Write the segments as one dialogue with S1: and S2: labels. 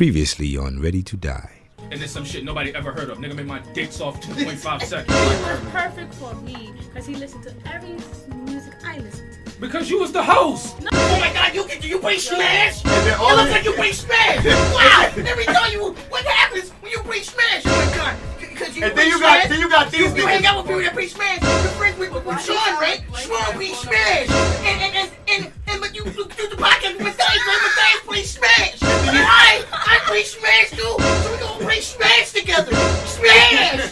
S1: Previously on Ready to Die.
S2: And it's some shit nobody ever heard of. Nigga made my dicks off 2.5
S3: He
S2: seconds.
S3: was perfect for me because he listened to every music I listen to.
S2: Because you was the host.
S3: No,
S4: Oh my god, you you play Smash?
S5: then
S4: It
S5: all
S4: looks
S5: the-
S4: like you play Smash! Wow! Every time you what happens when you play Smash? Oh my god! Cause you
S5: And
S4: play
S5: then you got
S4: Smash,
S5: then you got
S4: you,
S5: these
S4: you hang
S5: niggas.
S4: out with people that play Smash. Your friends with, with Sean, right? Sean plays Smash. And and and and, and but you, you do the podcast with Matthias, right? Matthias plays Smash. And I I play Smash too. So we gonna play Smash together. Smash.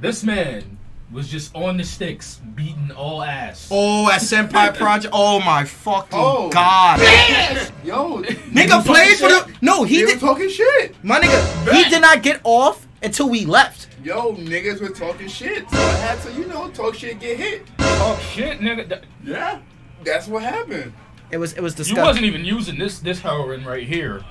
S2: This man was just on the sticks, beating all ass.
S6: Oh, at Senpai Project. Oh my fucking
S5: Oh.
S6: god.
S4: Smash.
S5: Yo,
S6: Nigga played for the. No, he
S5: they were
S6: did.
S5: talking shit.
S6: My nigga, he did not get off until we left.
S5: Yo, niggas were talking shit. So I had to, you know, talk shit, get hit.
S2: Oh shit, nigga. Th-
S5: Yeah, that's what happened.
S6: It was it was
S2: You
S6: disgusting.
S2: wasn't even using this this heroin right here.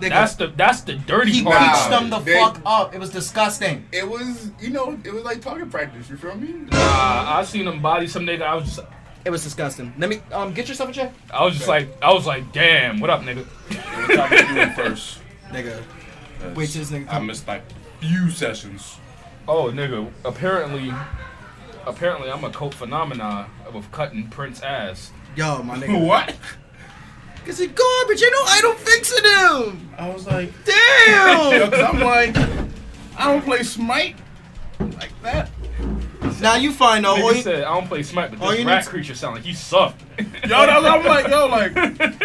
S6: Nigga,
S2: That's the that's the dirty
S6: he
S2: part.
S5: Nah,
S6: preached them the
S5: they-
S6: fuck up. Oh, It was disgusting.
S5: It was, you know, it was like talking practice. You feel me?
S2: Nah, I seen him body some nigga. I was just
S6: It was disgusting. Let me um get yourself a chair.
S2: I was just like I was like, damn, what up, nigga?
S7: What time you doing first?
S6: Nigga. Wait till this nigga
S7: I
S6: come.
S7: missed like few sessions.
S2: Oh nigga, apparently apparently I'm a cult phenomena of cutting Prince ass.
S6: Yo, my nigga.
S7: What?
S6: Cause he garbage. You know I don't fix it him.
S7: I was like,
S6: Damn.
S7: because I'm like, I don't play Smite like that.
S6: now you find out. Oh, All
S2: Nigga
S6: you,
S2: said I don't play Smack, but
S6: all
S2: this
S6: you
S2: rat
S6: need to-
S2: creature sound like he sucked.
S7: Yo, that's what I'm like, yo, like,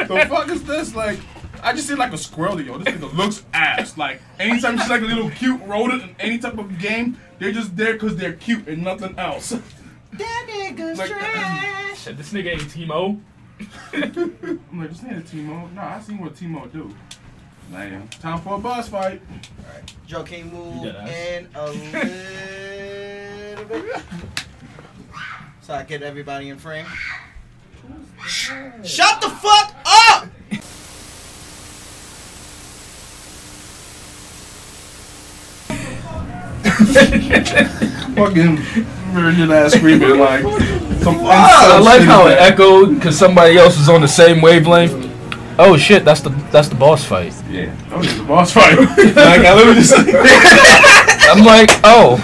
S7: the fuck is this? Like, I just see like a squirrel, yo. This nigga looks ass. Like, anytime she's like a little cute rodent in any type of game, they're just there because they're cute and nothing else.
S6: that nigga's
S7: Like-
S6: trash.
S2: Shit, this nigga ain't Timo.
S7: I'm like, this ain't a Timo. Nah, I seen what Timo do. Damn. Time for a boss fight.
S6: Joe can move
S2: You dead ass.
S6: in a little bit. So I get everybody in frame. Shut the fuck up!
S7: Fucking virgin ass screaming like some
S2: Ah, I
S7: unsolved
S2: like
S7: shit
S2: how it
S7: in there.
S2: echoed because somebody else was on the same wavelength. Oh shit, that's the that's the boss fight.
S7: Yeah, that was just a boss fight. like I literally just
S2: I'm like, oh,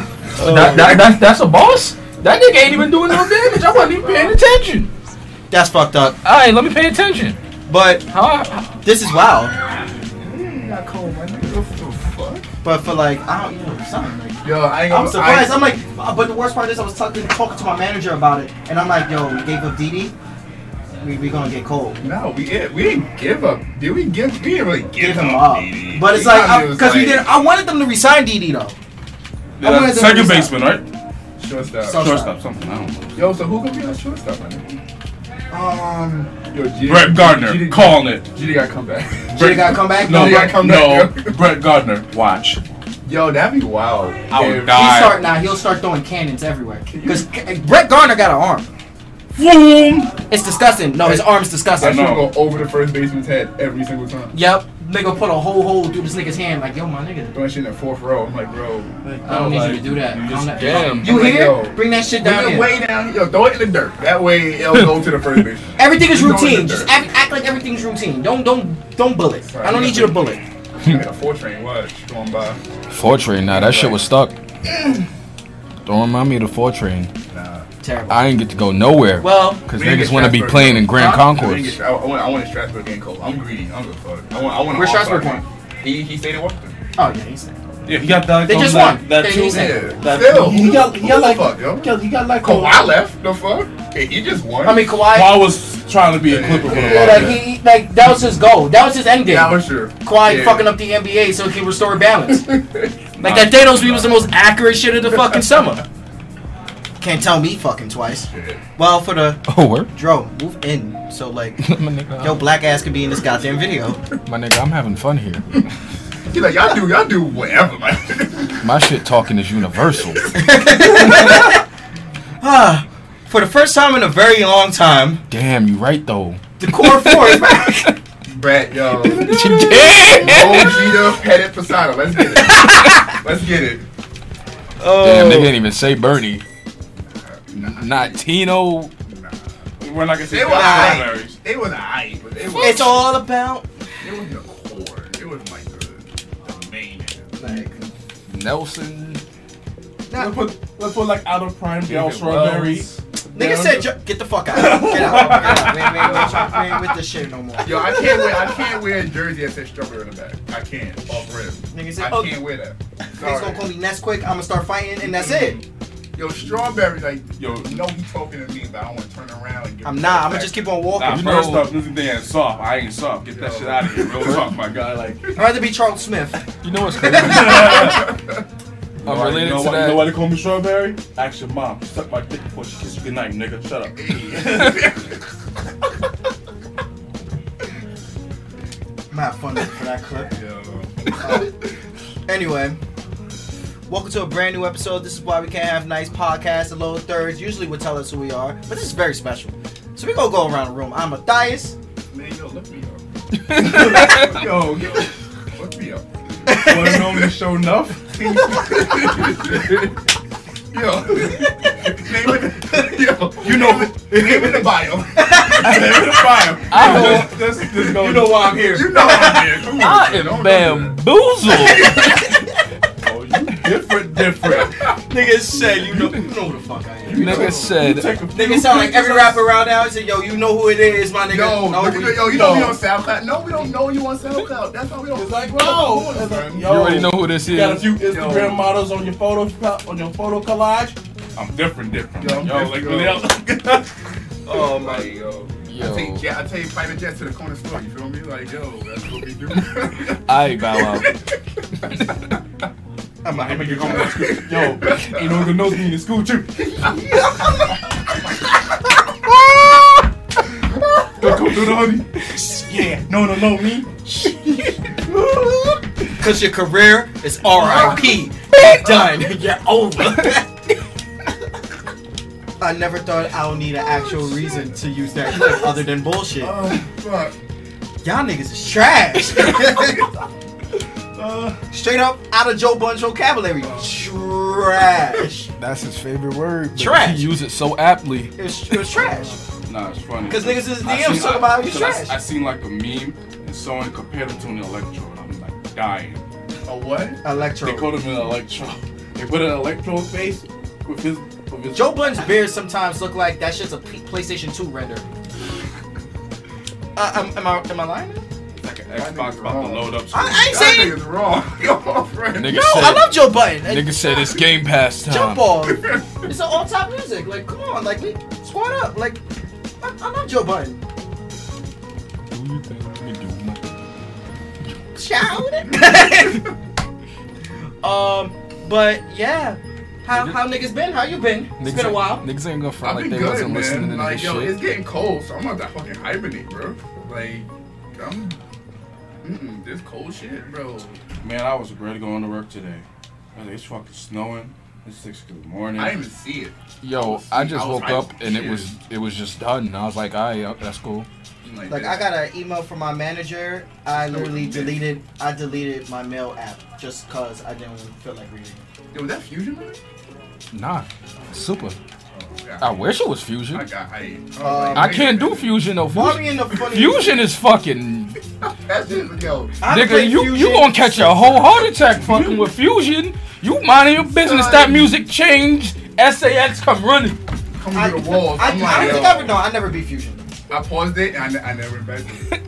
S2: that, that, that, that's a boss. That nigga ain't even doing no damage. I wasn't even paying attention.
S6: That's fucked up.
S2: All right, let me pay attention.
S6: But
S2: How? how-
S6: this is wild.
S5: Not cold, my nigga. What the fuck?
S6: But for like, I don't you know something. Like,
S5: Yo, I ain't
S6: I'm
S5: gonna-
S6: surprised.
S5: I-
S6: I'm like, uh, but the worst part is I was talking talking to my manager about it, and I'm like, yo, we gave up Didi. We we gonna get cold.
S5: No, we didn't, we didn't give up. Did we give? We didn't really give,
S6: Give him
S5: up.
S6: up.
S5: DD.
S6: But it's
S5: We
S6: like,
S5: kinda was
S6: because we
S5: like,
S6: did. not I wanted them to resign Didi though. I wanted them to
S7: Uh, second
S6: resign.
S7: baseman, right?
S5: Shortstop.
S6: So-
S7: Shortstop, something. I don't know.
S5: Yo, so who gonna be our shortstop, my nigga?
S6: Um.
S5: Yo, G-
S7: Brett Gardner,
S5: G-
S7: calling it.
S5: G gotta come back.
S6: Jay gotta come back?
S7: No,
S5: Jay gotta come
S7: no,
S5: back,
S7: Brett Gardner. Watch.
S5: Yo, that'd be wild.
S7: I would
S5: If-
S7: die.
S6: He
S7: Alright.
S6: start now. He'll start throwing cannons everywhere. Because Brett Garner got an arm.
S7: Boom.
S6: It's disgusting. No, his arm's disgusting.
S5: That should
S7: I know.
S5: go over the first baseman's head every single time.
S6: Yep. Nigga put a whole hole through this nigga's hand. Like, yo, my nigga,
S5: Doing shit in the fourth row. I'm like, bro.
S6: I don't need you to do that. I'm not-
S2: Damn.
S6: You
S5: I'm like,
S6: here?
S5: yo,
S6: Bring that shit down
S5: Down
S6: here.
S5: way down. Yo, throw it in the dirt. That way it'll go to the first baseman.
S6: Everything is
S5: You know it's
S6: routine.
S5: in
S6: Just
S5: there.
S6: act, act like everything's routine. Don't don't don't bullet.
S5: Sorry,
S6: I don't
S5: you
S6: need you
S5: got
S6: to
S5: me.
S6: bullet.
S5: Like a four train was going by.
S8: Fortrain, nah, that shit was stuck. Don't remind me of the Fortrain.
S5: Nah.
S6: Terrible.
S8: I ain't get to go nowhere.
S6: well,
S8: Because
S5: We didn't
S8: niggas
S5: get
S8: want to be
S5: Strasburg.
S8: playing in Grand
S5: Huh? We didn't
S8: Concourse.
S5: get- I, I want, I want a Strasburg game cold. I'm greedy. I don't give a fuck. I want, I want a
S6: Where's
S5: all-star
S6: Strasburg
S5: game.
S6: from?
S5: He, he stayed in Washington.
S6: oh yeah, he's there.
S7: Yeah, he got that.
S6: They just
S7: that,
S6: won.
S7: That
S6: They-
S7: two.
S6: he's in.
S5: Yeah.
S7: That-
S5: Still,
S7: he got- he
S5: who
S7: got
S5: the
S7: like-
S5: fuck, yo?
S7: Yo, he got like
S5: Kawhi left. The fuck? Hey, he just won.
S6: I mean Kawhi.
S7: Kawhi was trying to be a Clipper for the
S6: yeah, like
S7: longest.
S6: he like that was his goal. That was his end game.
S5: yeah, I'm sure.
S6: Kawhi
S5: yeah.
S6: fucking up the NBA so he can restore balance. like that Thanos beat was the most accurate shit of the fucking summer. Can't tell me fucking twice. Well, for the
S8: Oh, where?
S6: Dro, move in. So like,
S8: my, nigga,
S6: yo, black ass could be in this goddamn video.
S8: my nigga, I'm having fun here.
S5: He like y'all do y'all do whatever. Like,
S8: My shit talking is universal.
S6: Ah, for the first time in a very long time,
S8: Damn, you right though.
S6: the core four is back.
S5: Brad, yo, OG
S8: Damn,
S5: the headed Posada. Let's get it. Let's get it.
S6: Oh.
S8: Damn, they didn't even say Bernie. N- Not Tino.
S7: We're not gonna say
S5: They were
S7: Kawhi
S5: alright.
S7: Leonard.
S5: They was alright, but they was.
S6: It's all about
S5: It was the core. It was like the, the main.
S7: Like,
S2: Nelson.
S5: Let's put let's put like out of prime Dale
S2: David
S5: Strawberry.
S2: Wells.
S7: nigga said, "Jo- get the fuck out. Get out. Get out. We ain't- we ain't with y'all- we ain't with this shit no more.
S9: Yo, I can't wear I can't wear a jersey that says strawberry on the back. I can't. Off rip.
S7: Nigga
S9: I
S7: said, oh,
S9: can't wear that.
S7: niggas gonna call
S9: Sorry.
S7: me Nesquik. I'm gonna start fighting, and that's it.
S9: Yo, strawberry, like, yo, you know he talking to me, but I don't want to turn around and give
S7: I'm
S9: him
S7: not.
S9: the
S7: I'm gonna
S9: back.
S7: just keep on
S5: Nah,
S7: walking.
S5: first off, this thing ain't soft. I ain't soft. Get that shit out of here. Real talk, my guy. Like,
S7: I'd rather be Charles Smith.
S2: You know what's crazy? I'm
S5: you
S2: related
S5: know,
S2: to
S5: why, you know why
S2: that.
S5: they call me Strawberry? Ask your mom. She Suck my dick before she kisses you goodnight, nigga. Shut up.
S7: I'm gonna have fun for that clip.
S9: Yo.
S7: Um, Anyway, welcome to a brand new episode. This is why we can't have nice podcasts. The low thirds usually would tell us who we are, but this is very special. So we gonna go around the room. I'm Matthias.
S9: Man, yo, look me up. yo, yo, look me up.
S5: Want to know me show enough?
S9: Yo, name it. Yo, you know it. Name in the bio.
S2: I know.
S5: This, this goes,
S9: You know why I'm here. You know I'm here. Come on,
S2: I
S9: man.
S2: am
S9: Don't do that.
S2: bamboozled.
S5: Oh, you different, different.
S7: Nigga said you know you know who the fuck I am.
S2: Nigga said,
S5: Take a few
S7: Nigga sound like every
S5: pictures.
S7: rapper around now. He said, yo, you know who it is, my nigga.
S9: Yo,
S7: No,
S9: look
S7: we-
S9: at- yo, Oh, you know
S5: no.
S9: me on SoundCloud. No, we don't know you on SoundCloud. That's why we don't.
S5: It's like, bro. It's like,
S2: you
S5: yo,
S2: already know who this
S5: You got a
S2: is.
S5: few Instagram
S9: Yo.
S5: models on your photo on your photo collage. I'm different, different.
S9: Yo, I'm
S5: like
S9: different, yo.
S5: really, I'm-
S9: Oh my, yo. I
S2: Yo,
S9: take, yeah, I take private jets to the corner store. You feel me? Like, yo, that's what we do.
S2: I bow out.
S7: I'm not- I'm
S5: Yo, ain't no one gonna know me in the school too. Don't come through the honey. Yeah, no, no, no, me.
S7: Cause your career is R.I.P. You're done. You're over. I never thought I would need an actual reason to use that clip other than bullshit.
S9: oh fuck.
S7: Y'all niggas is trash.
S5: Uh,
S7: Straight up out of Joe Bunch vocabulary.
S9: Oh.
S7: Trash.
S2: That's his favorite word. but
S7: Trash.
S2: He used it so aptly.
S7: It was, it was trash.
S5: nah, it's funny.
S7: 'Cause niggas is
S5: I
S7: DMs
S5: seen-
S7: talking about how you
S5: 'cause I-
S7: trash.
S5: I, seen like a meme and someone compared him to an electro, and I'm like dying.
S9: A what?
S5: They
S7: Electro.
S5: called him an electro. They put an electro face with his with his
S7: Joe Bunch beard sometimes look like that shit's a P- PlayStation 2 render. Uh, am, am I am I lying? now?
S5: like an Xbox about to
S9: wrong.
S5: load up.
S7: I, I ain't
S9: That
S7: saying.
S9: nigga's wrong. Yo, my friend.
S2: Nigga
S7: No,
S2: said,
S7: I love Joe Button.
S2: nigga said it's game pass time.
S7: Jump ball. Um, it's an all top music. Like, come on, like we squad up. Like, I, I love Joe Button.
S2: Do you think we do my-
S7: Child. um, but yeah, how how niggas been? How you been? It's been a
S2: ain't-
S7: while.
S2: Niggas ain't gonna front
S9: I've
S2: like they
S9: been good,
S2: wasn't listening to
S9: man. Like,
S2: this
S9: yo,
S2: shit.
S9: it's getting cold, so I'm about to fucking hibernate, bro. Like, I'm. Mm-mm, this cold shit, bro.
S5: Man, I was ready going to work today. I was like, it's fucking snowing. It's six in the morning.
S9: I didn't even see it.
S2: Yo, I just
S9: I was
S2: woke
S9: hyped
S2: up
S9: as
S2: and it
S9: shit.
S2: was it was just done. And I was like, all right, yeah, that's cool.
S9: I'm
S7: Like I got an email from my manager. I literally deleted I deleted my mail app just cause I didn't feel like reading. it.
S9: Yo, was that fusion? Movie?
S2: Nah, super.
S9: Oh, God.
S2: I wish it was fusion.
S9: I got. I, oh,
S7: Um,
S2: I can't do fusion though.
S7: Why we
S2: Fusion,
S7: in the funny
S2: fusion is fucking.
S9: That's just yo.
S7: I
S2: Nigga,
S7: played
S2: you you
S7: Fusion.
S2: gonna catch a whole heart attack fucking with fusion. You mind your business. That music changed. SAS come running.
S9: Come
S7: I, I,
S9: through the walls.
S7: I
S9: I'm
S7: don't
S9: like,
S7: think
S9: yo.
S7: I ever no, I never beat Fusion.
S9: I paused it and I, I never invested.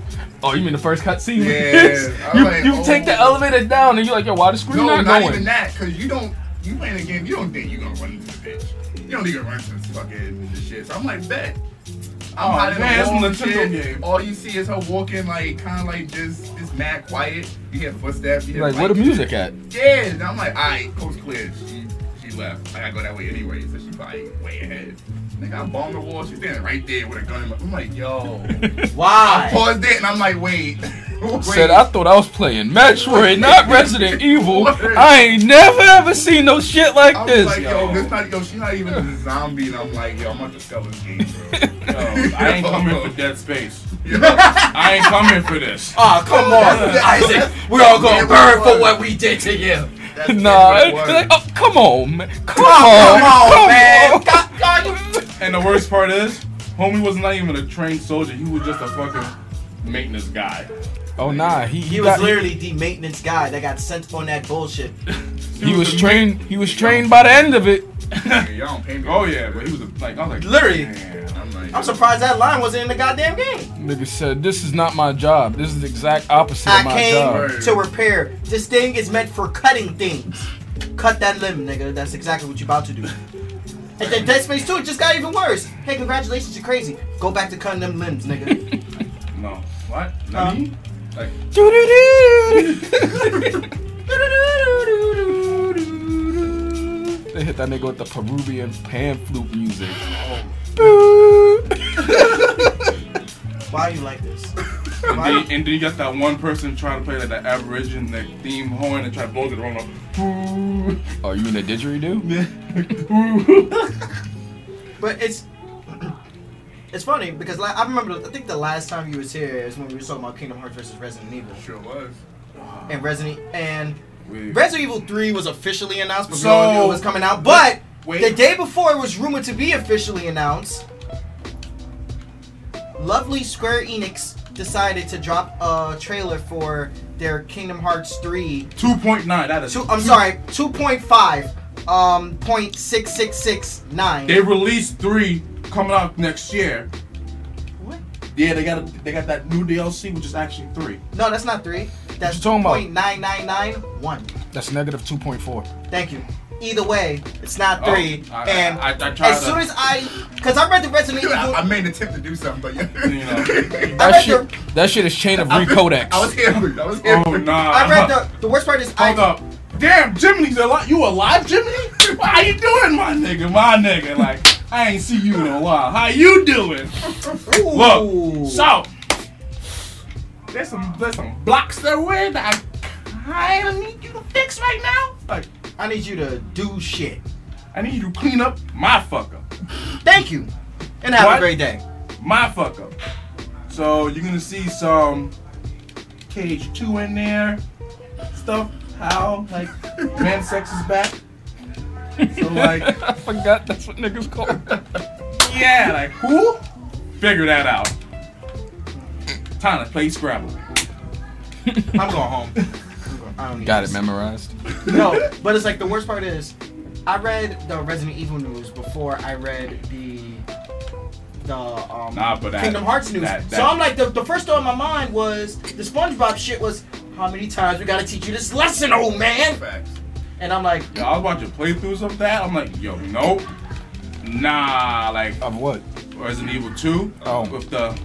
S2: Oh, you mean the first cutscene?
S9: Yeah, I
S2: you
S9: like,
S2: you take the
S9: oh.
S2: elevator down and you're like, yo, why the screen
S9: No,
S2: not,
S9: not
S2: going?
S9: even that, cause you don't. You playing a game, you don't think you gonna run into the bitch. You don't even run into this fucking this shit. So I'm like, bet. I'm
S2: Oh,
S5: Aw,
S9: hiding
S5: man, it's
S9: in the wall
S5: a Nintendo
S9: shit.
S5: game.
S9: All you see is her walking, like kind of like just it's mad quiet. You hear footsteps. You hear
S2: Like, where the music at?
S9: Yeah, and I'm like, alright, coast clear. She she left. Like I go that way anyway, so she probably way ahead. Nigga, I bombed the wall. She's standing right there with a gun. In my, I'm like, yo. I
S7: Why?
S9: paused it and I'm like, wait. wait.
S2: Said I thought I was playing Metroid, not Resident Evil.
S9: Word.
S2: I ain't never ever seen no shit like
S9: I was
S2: this.
S9: like, yo, this not yo, she's not even a zombie, and I'm like, yo, I'm about to sell this game, bro.
S5: Yo, I ain't come here for dead space. I ain't come here for this.
S7: Ah, come on, Isaac. We all gonna burn for what we did to you.
S9: That's Ah,
S2: nah,
S9: it
S2: it-
S9: was.
S2: like, oh, come on, man. Come, on,
S7: Come on,
S2: come
S7: man.
S2: on.
S7: God, God, you
S5: And the worst part is, homie was not even a trained soldier. He was just a fucking maintenance guy.
S2: Oh nah, he
S7: He was
S2: got-
S7: literally the maintenance guy that got sent on that bullshit.
S2: he was trained. He was trained by the end of it.
S9: Man, y'all don't pay me.
S5: Oh yeah, but he was a, like I was like
S7: Literally.
S9: Man, I'm like,
S7: I'm surprised that line wasn't in the goddamn game.
S2: Nigga said, "This is not my job. This is the exact
S9: Oh
S2: opposite
S7: I
S2: of my
S7: came
S2: job."
S9: job.
S7: to repair. This thing is meant for cutting things. Cut that limb, nigga. That's exactly what you're about to do. And then Dead Space 2 it just got even worse. Hey, congratulations, you're crazy. Go back to cutting them limbs, nigga.
S5: no what
S7: Huh?
S5: me like
S2: They hit that nigga with the Peruvian pan flute music. Oh,
S7: Why are you like this?
S5: and
S7: Why?
S5: then, and then you got that one person trying to play like that Aboriginal like, theme horn and try to blow it wrong. Like,
S2: Oh, you in a didgeridoo?
S7: But it's it's funny because like, I remember I think the last time you was here is when we were talking about Kingdom Hearts versus Resident Evil
S9: sure was.
S7: and Resident and
S5: Wait.
S7: Resident Evil 3 was officially announced, but
S5: So-
S7: we all knew it was coming out. But
S5: Wait.
S7: the day before it was rumored to be officially announced, lovely Square Enix decided to drop a trailer for their Kingdom Hearts 3.
S5: Two point nine. That is.
S7: Two, I'm sorry, 2.5, um, 0.6669.
S5: They released three coming out next year.
S7: What?
S5: Yeah, they got a, they got that new DLC, which is actually three.
S7: No, that's not three. That's
S2: you talking about?
S7: 0.9991.
S2: That's negative two point four.
S7: Thank you. Either way, it's not
S5: Oh,
S7: three.
S5: I-
S7: and
S5: I- I- I tried
S7: as
S5: to-
S7: soon as I, because I read the Resident
S9: Dude,
S7: Evil,
S9: I, I
S7: I,
S9: made an attempt to do something, but yeah.
S5: You know.
S2: That
S7: I read
S2: shit.
S7: the-
S2: That shit is chain of
S9: I was
S2: recodex.
S9: hammered. I was hammered.
S5: oh nah.
S7: read the. The worst part is
S5: Hold
S7: I.
S5: up. Damn, Jiminy's alive. You alive, Jiminy? How you doing, my nigga? My nigga, like I ain't see you in a while. How you doing?
S7: Ooh.
S5: Look, so there's some there's some blocks there with that I kind of need you to fix right now. Like
S7: I need you to do shit.
S5: I need you to clean up my fucker,
S7: Thank you, and have
S5: What?
S7: a great day.
S5: my fucker. So you're gonna see some cage two in there stuff. How like man sex is back. So like.
S2: I forgot that's what niggas call. it.
S5: Yeah, like who? Figure that out. Time to play Scrabble.
S7: I'm going home. I'm going- I don't need
S2: Got it
S7: this.
S2: memorized.
S7: No, but it's like the worst part is, I read the Resident Evil news before I read the the um,
S5: Nah, but that-
S7: Kingdom Hearts news.
S5: that- that-
S7: so I'm like, the, the first thought in my mind was the SpongeBob shit was how many times we gotta teach you this lesson, old man?
S9: Facts.
S7: And I'm like,
S5: Yo, I was watching playthroughs of that. I'm like, yo, nope. Nah, like
S2: Of what?
S5: Resident Evil 2
S2: Oh.
S5: with the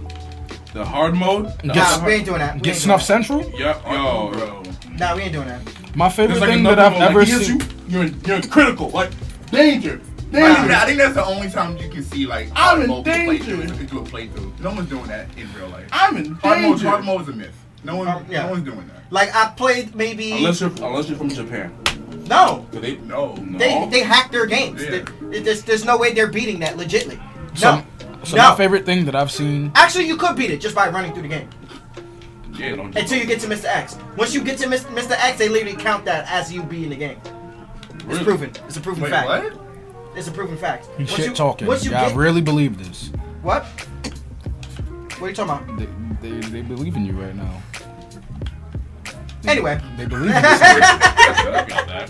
S5: the hard mode. The
S2: Get-
S7: nah,
S5: hard-
S7: we ain't doing that. We
S2: Get
S7: ain't
S2: Snuff
S7: doing
S2: Central?
S5: Yup, yo, yo.
S7: that. Nah, we ain't doing that.
S2: My favorite
S5: There's like
S2: thing
S5: another
S2: that I've
S5: mode, like,
S2: ever
S5: he hits
S2: seen.
S5: You, you're in, you're in critical, like danger,
S9: I think,
S5: danger.
S9: that- I think that's the only time you can see like
S5: I'm
S9: hard
S5: in
S9: mode
S5: danger.
S9: playthrough into a playthrough. No one's doing that in real life.
S5: I'm in
S9: Hard mode,
S5: danger.
S9: hard mode's a myth. No one,
S7: Um, yeah.
S9: no one's doing that.
S7: Like I played maybe
S5: Unless you're unless you're from Japan.
S7: no.
S5: 'Cause They,
S9: No.
S5: no.
S7: They they hack their games.
S9: Yeah.
S7: They- there's, there's no way they're beating that legitly. No.
S2: So, so
S7: no.
S2: my favorite thing that I've seen.
S7: Actually, you could beat it just by running through the game
S5: yeah, don't
S7: until you get to Mr. X. Once you get to Mr. Mr. X, they literally count that as you beating the game. It's
S5: Really?
S7: proven. It's a proven
S9: Wait,
S7: fact.
S9: what?
S7: It's a proven fact.
S2: You
S7: Once
S2: shit
S7: you-
S2: talking.
S7: Once you
S2: yeah,
S7: get
S2: I really believe this.
S7: what? What are you talking about?
S2: They, they, they believe in you right now.
S7: Anyway,
S2: They believe in this.
S5: I got that.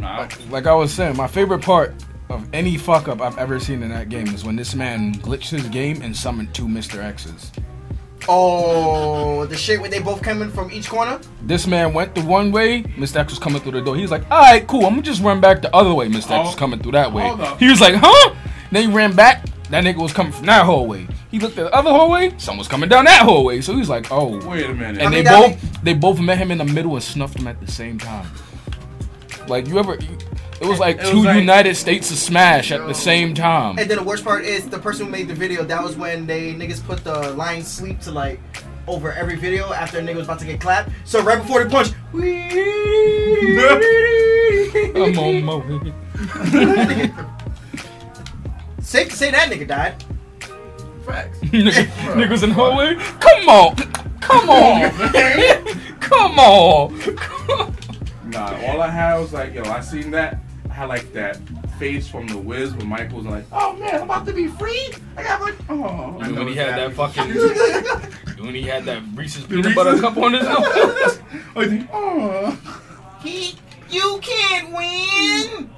S5: Nah,
S2: like I was saying, my favorite part of any fuck up I've ever seen in that game is when this man glitched his game and summoned two Mr. X's.
S7: oh, the shit where they both coming from each corner.
S2: This man went the one way, Mr. X was coming through the door. He was like, all right, cool, I'm gonna just run back the other way. Mr. X was
S5: Oh,
S2: coming through that way.
S5: hold up.
S2: He was like, huh? Then he ran back. That nigga was coming from that hallway. He looked at the other hallway. Someone was coming down that hallway. So he was like, oh.
S5: wait a minute.
S2: And
S7: mean,
S2: they
S7: that
S2: both they both met him in the middle and snuffed him at the same time. Like you ever, it was like
S5: It was
S2: two
S5: like-
S2: United States of Smash at the same time.
S7: And then the worst part is the person who made the video. That was when they niggas put the line sleep to like over every video after a nigga was about to get clapped. So right before the punch,
S2: I'm on my way.
S7: say say that nigga died.
S9: Facts.
S2: Nigga- Niggas in the hallway. Come on, come on, come on.
S5: Nah, all I had was like, yo, I seen that. I had like that face from The Wiz when Michael's like, oh man, I'm about to be free. I got like, oh. I know
S10: when he had that
S9: exactly.
S10: fucking
S11: When he had that Reese's peanut butter cup on his nose.
S5: Oh, you think, oh.
S4: He, you can't win.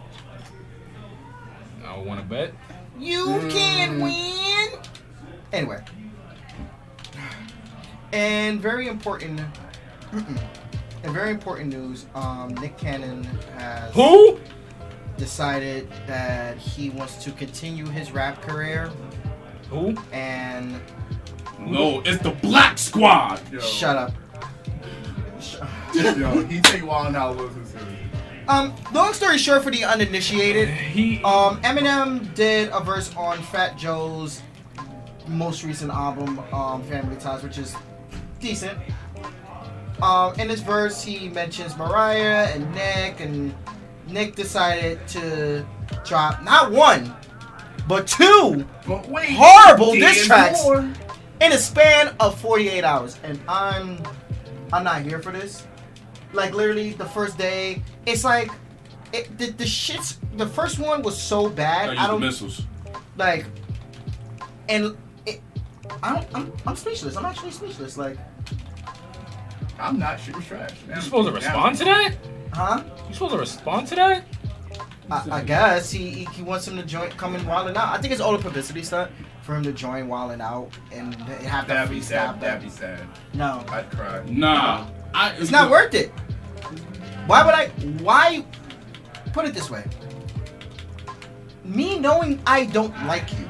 S11: I don't want to bet.
S4: You can't win.
S7: Anyway. And very important. And very important news. Um, Nick Cannon has
S11: Who?
S7: decided that he wants to continue his rap career
S11: Who?
S7: and
S5: No, it's the Black Squad.
S9: Yo,
S7: shut up.
S9: Yo, he take Wild Out was his
S7: Um, long story short, for the uninitiated,
S11: He.
S7: um, Eminem did a verse on Fat Joe's most recent album, um, Family Ties, which is decent. Um, in this verse, he mentions Mariah and Nick, and Nick decided to drop not one, but two
S9: But wait,
S7: horrible diss
S9: there's
S7: tracks
S9: more.
S7: in a span of 48 hours and i'm i'm not here for this like literally the first day it's like it, the, the shit's the first one was so bad i
S5: I use
S7: don't
S5: missiles.
S7: like and it, i don't I'm, I'm speechless i'm actually speechless like
S9: I'm not shit was trash. Man.
S11: You supposed to respond to that?
S7: huh
S11: You supposed to respond to that?
S7: I, I guess he, he he wants him to join, come in Wild and Out. I think it's all a publicity stunt for him to join Wild and Out and have that
S9: That'd be
S7: freestyle.
S9: sad. That'd
S7: battle.
S9: be sad.
S7: No,
S9: I'd cry.
S5: Nah. I,
S7: It's not worth it. Why would I? Why? Put it this way. Me knowing I don't like you,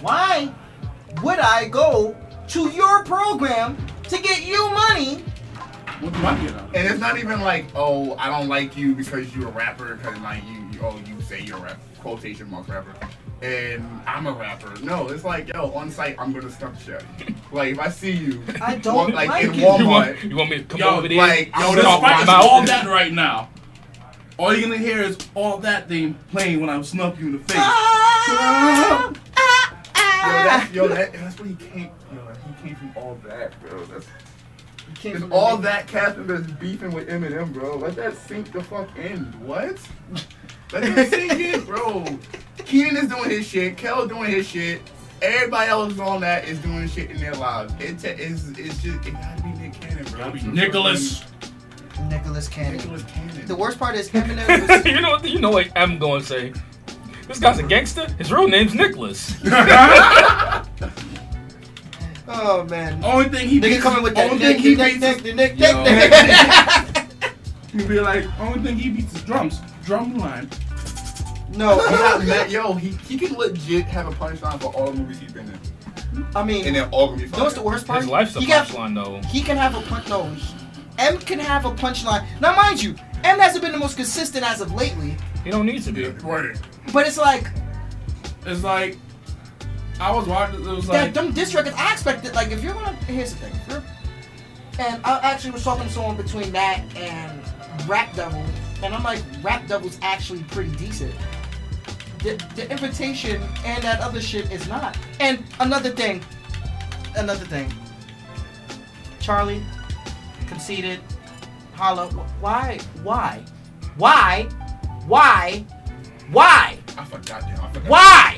S7: why would I go to your program to get you money?
S5: What do I get out of it?
S9: And it's not even like, oh, I don't like you because you're a rapper, because like you, you, oh, you say you're a rapper, quotation mark rapper, and I'm a rapper. No, it's like, yo, on site, I'm gonna stump shit. out of you. Like if I see you,
S7: I don't
S9: walk- like,
S7: like
S9: in
S7: it. You
S11: You want,
S9: Walmart,
S11: you want me to come
S5: Yo,
S11: over there?
S9: like,
S11: and
S9: yo,
S5: This
S11: talk
S5: fight
S11: my
S5: is
S11: mouth?
S5: all that right now. All you're gonna hear is all that thing playing when I snub you in the face.
S7: Ah!
S9: yo, that, yo that, that's where he came. Yo, he came from all that, bro. That's
S7: Came
S9: it's
S7: from
S9: all
S7: the-
S9: that Captain that's beefing with Eminem, bro. Let that sink the fuck in. What? Let that sink in, bro. Keenan is doing his shit. Kel doing his shit. Everybody else on that is doing shit in their lives. It te- it's, it's just, it gotta be Nick Cannon, bro.
S5: Nicholas.
S7: Nicholas Cannon.
S9: Nicholas Cannon.
S7: The worst part is Eminem. Was,
S11: you know what? You know what I'm going to say. This guy's a gangster. His real name's Nicholas.
S7: oh man.
S5: Only thing he
S7: Nigga coming with that
S5: only
S7: neck,
S5: thing he
S7: neck,
S5: beats
S7: neck,
S5: is-
S7: neck, neck,
S5: Yo.
S7: neck,
S5: He'd be like, only thing he beats is drums. Drum line.
S7: No,
S9: He got
S7: I'm not-
S9: mad- yo, he, he can legit have a punchline for all the movies he's been in.
S7: I
S9: And
S7: mean,
S9: they're all gonna be
S7: you know what's the
S9: fine.
S7: worst part?
S11: His life's a
S7: He got-
S11: punchline, though.
S7: He can have a punch. No, he- M can have a punchline. Now, mind you, M hasn't been the most consistent as of lately.
S11: He don't need to be.
S9: Word.
S7: But it's like
S5: It's like, I was watching, it was
S7: that
S5: like,
S7: them diss records. I expected like if you're gonna here's the thing. if you're- and I actually was talking to someone between that and Rap Devil, and I'm like, Rap Devil's actually pretty decent. The, the invitation and that other shit is not. And another thing, another thing. Charlie, conceded, holla. wh- Why? Why? Why? Why? Why?
S9: I forgot that. I forgot.
S7: Why?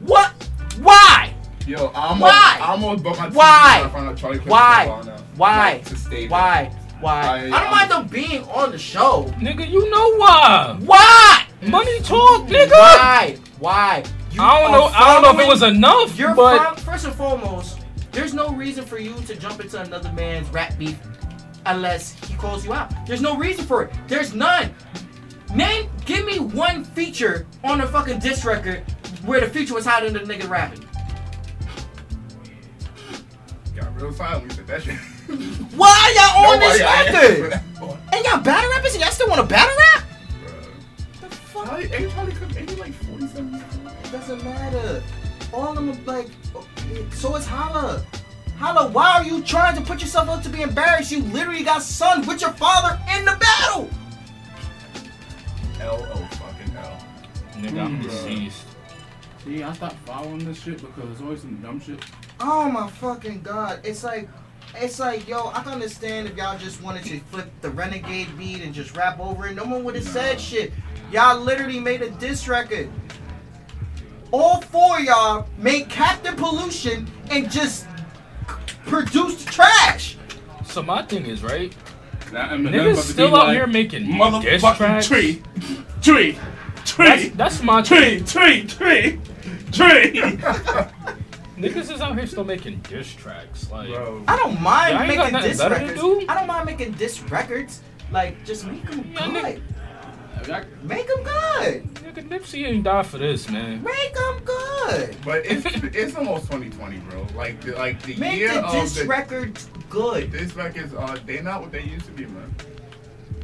S7: What? Why?
S9: Yo, I almost,
S7: Why?
S9: I almost broke my teeth
S7: Why?
S9: when I found out Charlie Clifford
S7: Why?
S9: was on that.
S7: Why?
S9: Like, to stay
S7: Why?
S9: I-
S7: Why? I don't mind them being on the show.
S11: Nigga, you know why.
S7: Why?
S11: Money talk, nigga.
S7: Why? Why? You
S11: I don't
S7: are
S11: know. I don't know if it was
S7: following-
S11: enough,
S7: You're
S11: but
S7: fol- first and foremost, there's no reason for you to jump into another man's rap beef unless he calls you out. There's no reason for it. There's none. Name, give me one feature on a fucking diss record where the feature was hiding the nigga rapping.
S9: Got real silent when you said that shit.
S7: Why y'all on this
S9: Nobody-
S7: record? And y'all battle rappers and y'all still want to battle rap?
S9: Charlie, ain't Charlie Cook, ain't he like 47?
S7: Doesn't matter. All of them like. So it's Holla. Holla, why are you trying to put yourself up to be embarrassed? You literally got sunned with your father in the battle.
S9: L O fucking L.
S11: nigga, I'm
S5: Mm, bro.
S11: diseased.
S5: see, I stopped following this shit because it's always some dumb shit.
S7: Oh my fucking god! It's like, it's like, yo, I can understand if y'all just wanted to flip the renegade beat and just rap over it. No one would have said shit. Y'all literally made a diss record. All four of y'all made Captain Pollution and just produced trash.
S11: So my thing is right.
S5: Now, Eminem
S11: Niggas
S5: about to be
S11: still out
S5: like,
S11: here making diss
S5: motherfucking
S11: tracks.
S5: tree, tree,
S11: That's,
S5: tree,
S11: that's my
S5: tree,
S11: thing.
S5: tree, tree, tree.
S11: Niggas is out here still making diss tracks. Like,
S9: Bro.
S7: I don't
S11: Y'all
S7: mind
S11: ain't got
S7: making
S11: nothing
S7: diss
S11: better to
S7: records.
S11: do?
S7: I don't mind making diss records. Like, just make them
S11: Yeah,
S7: good.
S11: nigga.
S7: Make them good.
S11: nigga, Nipsey ain't die for this, man.
S7: Make them good.
S9: But it's it's almost 2020, bro. Like the, like the
S7: Make
S9: year
S7: the
S9: of
S7: diss
S9: the
S7: records good.
S9: This records are they not what they used to be, man.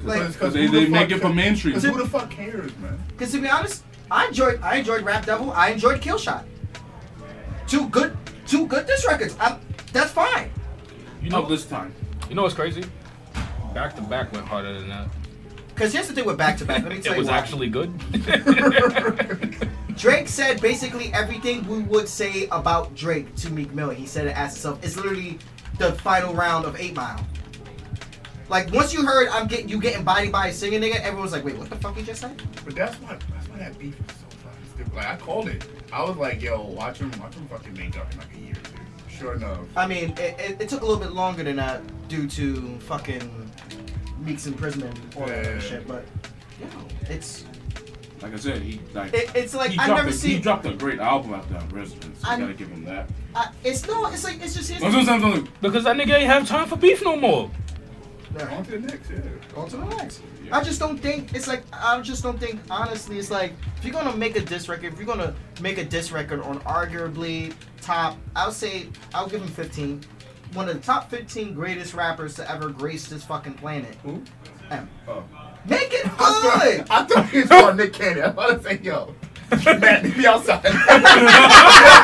S7: Like,
S5: Because they, they make it for mainstream.
S9: Because who the fuck cares, man?
S7: cause to be honest, I enjoyed I enjoyed Rap Devil. I enjoyed Killshot. Two good, two good diss records. i that's fine.
S11: You
S5: Of
S11: know,
S5: this time.
S11: you know what's crazy? Back to back went harder than that.
S7: Cause here's the thing with back to back. Let me tell
S11: It
S7: you
S11: was
S7: why.
S11: actually good.
S7: Drake said basically everything we would say about Drake to Meek Mill. He said it as himself. It's literally the final round of Eight Mile. Like once you heard I'm getting you getting body by a singing nigga, everyone's like, wait, what the fuck you just said?
S9: But that's why that's why that beef is so fucking stupid. Like I called it. I was like, yo, watch him watch him fucking make up in like a year or two. Sure enough.
S7: I mean, it, it, it took a little bit longer than that due to fucking Meek's imprisonment and all that other
S9: Yeah.
S7: shit. But you know, it's
S5: Like I said, he like.
S7: it, it's like
S5: he
S7: I
S5: dropped
S7: never
S5: a, He
S7: seen.
S5: dropped a great album after that Residence. You
S7: I-
S5: gotta give him that.
S7: I, it's no, it's like it's just. His,
S5: Sometimes, sometimes,
S11: because that nigga ain't have time for beef no more.
S7: Nah.
S9: On to the next, yeah.
S7: Go to the next. I just don't think it's like I just don't think honestly it's like if you're gonna make a diss record, if you're gonna make a diss record on arguably top, I'll say I'll give him 15. One of the top 15 greatest rappers to ever grace this fucking planet.
S9: Who?
S7: M.
S9: Oh.
S7: Make it good.
S9: I thought he was called Nick Cannon. I was about to say, yo. Matt, leave me outside. Leave me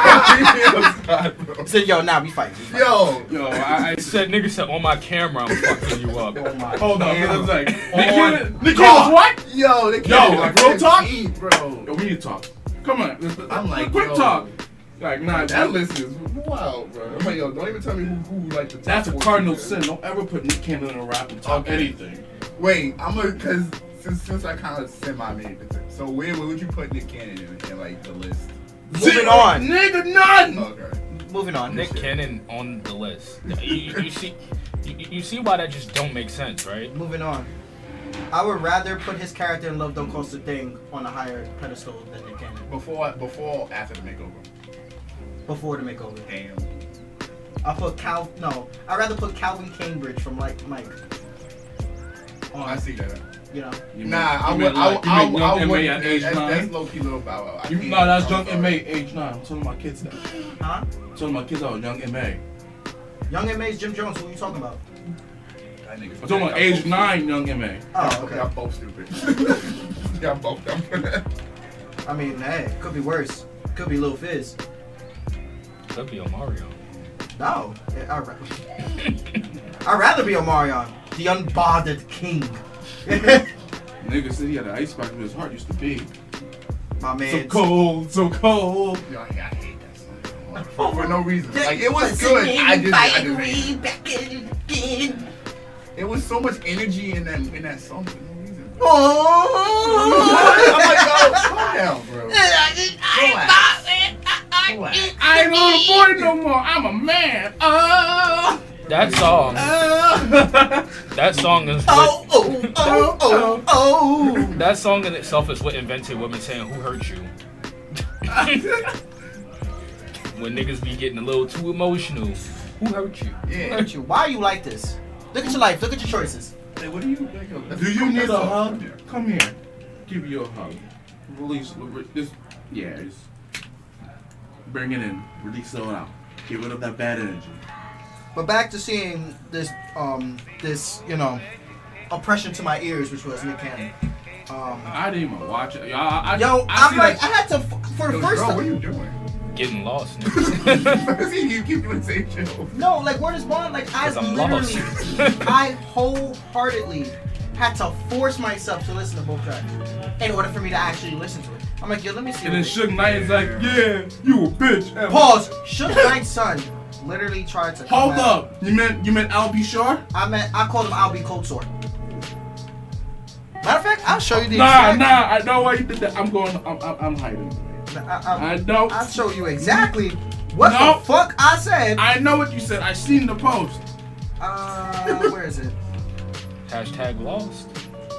S9: outside, bro.
S7: Said yo, now nah, we fighting.
S9: Yo,
S5: yo, I, I
S11: He said, nigga said, on my camera, I'm fucking you up.
S5: hold on. 'cause I was like,
S9: On-
S5: Nick Cannon's what?
S9: yo, Nick
S5: Yo,
S9: Cannon,
S5: like, real talk?
S9: 15, bro.
S5: Yo, we need to talk. Come on, let's-
S9: I'm like,
S5: quick
S9: yo.
S5: talk. Like, nah,
S9: That
S5: that list.
S9: list is wild, bro. I'm like, yo, don't even tell me who, who like the top
S5: That's a
S9: 14
S5: cardinal
S9: is.
S5: sin. Don't ever put Nick Cannon in a rap and talk anything.
S9: Wait, I'm gonna because since since I kind of semi made the tip, so where, where would you put Nick Cannon in, in like the list?
S7: Moving on.
S5: Nigga, none.
S9: Okay.
S7: Moving on.
S11: Nick Cannon on the list. You, you- you see, you, you see why that just don't make sense, right?
S7: Moving on. I would rather put his character in Love Don't Cost a Thing on a higher pedestal than Nick Cannon
S9: Before before after the makeover.
S7: before the makeover.
S9: Damn.
S7: I put Cal. No, I'd rather put Calvin Cambridge from like Mike.
S9: Oh, I
S7: On,
S9: see that.
S7: you know.
S5: You mean-
S9: Nah, I
S5: you
S9: would.
S5: mean
S9: I
S5: like-
S9: would.
S5: you
S9: I
S5: mean
S9: would.
S5: Young
S9: I would.
S5: M.A. at age
S9: That's, that's
S5: nine?
S9: low key little bow wow. I
S5: You,
S9: can't-
S5: no, that's
S9: I'm
S5: Young
S9: sorry.
S5: M.A. age 9. I'm telling my kids that. I'm
S7: Huh?
S5: telling my kids I was Young M.A.
S7: Young M.A.'s Jim Jones. Who are you talking about?
S9: That nigga-
S5: I'm talking about age 9 Young M.A.
S7: Oh,
S9: Okay,
S7: okay.
S9: I'm both stupid. yeah, I'm both dumb.
S7: I mean, hey, could be worse. Could be Lil Fizz.
S11: That'd be Mario.
S7: No, I- I'd, ra- I'd rather be Omarion, the unbothered king.
S5: Nigga said he had an ice pack in his heart. Used to be.
S7: My
S5: So
S7: man.
S5: cold, so cold.
S9: Yo, I hate that song. For, for no reason. Like it was
S4: Listen
S9: good. I
S4: in,
S9: just, I
S4: fighting
S9: just hated it.
S4: way back again.
S9: It was so much energy in that in that song for no reason. bro.
S7: Oh,
S9: I'm like, yo, calm down, bro.
S4: I just- I
S9: Relax.
S4: thought it- I- I-
S9: Relax.
S4: it-
S5: I ain't a little boy no more. I'm a man. Oh.
S11: That song,
S5: oh.
S11: that song is what,
S7: oh, oh, oh, oh, oh.
S11: that song in itself is what invented women saying, "Who hurt you?" when niggas be getting a little too emotional, who hurt you?
S9: Yeah.
S7: Look at you. Why are you like this? Look at your life. Look at your choices.
S9: Hey, what do you think of?
S5: Do you need a hug? Come here. Give you a hug. Release this. Yeah. Just bring it in. Release it all out. Get rid of that bad energy.
S7: But back to seeing this, um, this, you know, oppression to my ears, which was Nick Cannon. Um,
S5: I didn't even watch it. Yo, I, I,
S7: yo,
S5: I
S7: I
S5: see
S7: am like,
S5: that-
S7: I had to f- for the
S9: Yo,
S7: first
S9: bro, what are
S7: time.
S9: you doing?
S11: Getting lost. Nigga.
S9: you keep doing the same shit.
S7: No, like where does Bond? Like I
S11: 'Cause I'm
S7: literally,
S11: lost.
S7: I wholeheartedly had to force myself to listen to both tracks in order for me to actually listen to it. I'm like, yo, let me see.
S5: And then
S7: what they-
S5: Suge Knight is like, yeah, you a bitch. Emma."
S7: Pause. Shook Knight's son literally tried to. come
S5: Hold
S7: at-
S5: up. You meant you meant Al Bishar?
S7: I meant I called him. I'll be cold sore. Matter of fact, I'll show you the
S5: Nah,
S7: exact.
S5: nah. I know why you did that. I'm going. I'm, I'm, I'm hiding.
S7: I, I,
S5: I know.
S7: I'll show you exactly What
S5: No.
S7: the fuck I said?
S5: I know what you said. I seen the post.
S7: Uh, where is it?
S11: Hashtag lost.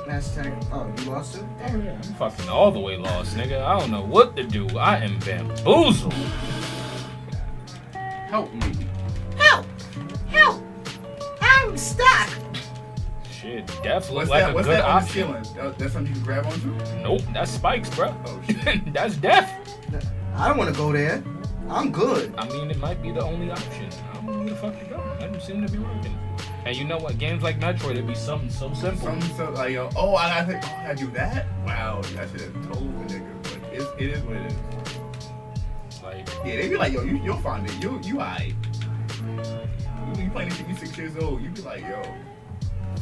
S7: Hashtag. Oh, you lost it.
S11: Oh yeah, I'm fucking all the way lost, nigga. I don't know what to do. I am bamboozled.
S5: Help me.
S4: Help! Help! I'm stuck!
S11: Shit, death look
S9: What's
S11: like
S9: that?
S11: a
S9: What's
S11: good
S9: that on the
S11: option.
S9: ceiling? That- That's something you can grab onto.
S11: Nope, that's spikes, bro.
S9: Oh, shit.
S11: that's death.
S7: I don't want to go there. I'm good.
S11: I mean, it might be the only option. I don't know where the fuck to go. That doesn't seem to be working. And you know what? Games like Metroid, it'd be something so simple.
S9: Some stuff like yo, oh, I gotta, oh, I gotta do that. Wow, I should have told the nigga, but it's, it is what it is.
S11: Like,
S9: Yeah, they be like, yo, you, you'll find it. You, you alright. You, you playing this shit, you six years old. You be like, yo,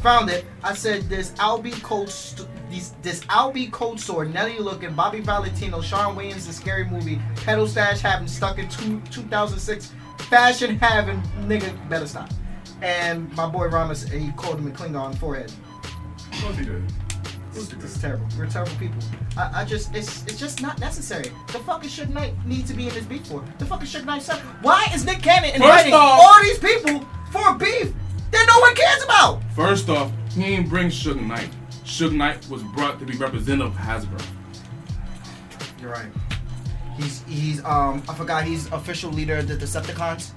S7: Found it. I said this Albie Cold St- these this Albie Cold Sword, Nelly looking, Bobby Valentino, Sean Williams, the scary movie, pedal stash having stuck in two, 2006, fashion having nigga better stop. And my boy Ramos, he called him a Klingon forehead.
S9: of course you did.
S7: This, this is terrible. We're terrible people. I, I just, it's, it's just not necessary. The fucking Suge Knight need to be in this beef for. The fucking Suge Knight suck. Why is Nick Cannon inviting
S5: off-
S7: all these people for a beef that no one cares about?
S5: First off, he ain't bring Suge Knight. Suge Knight was brought to be representative of Hasbro.
S7: You're right. He's he's um I forgot he's official leader of the Decepticons.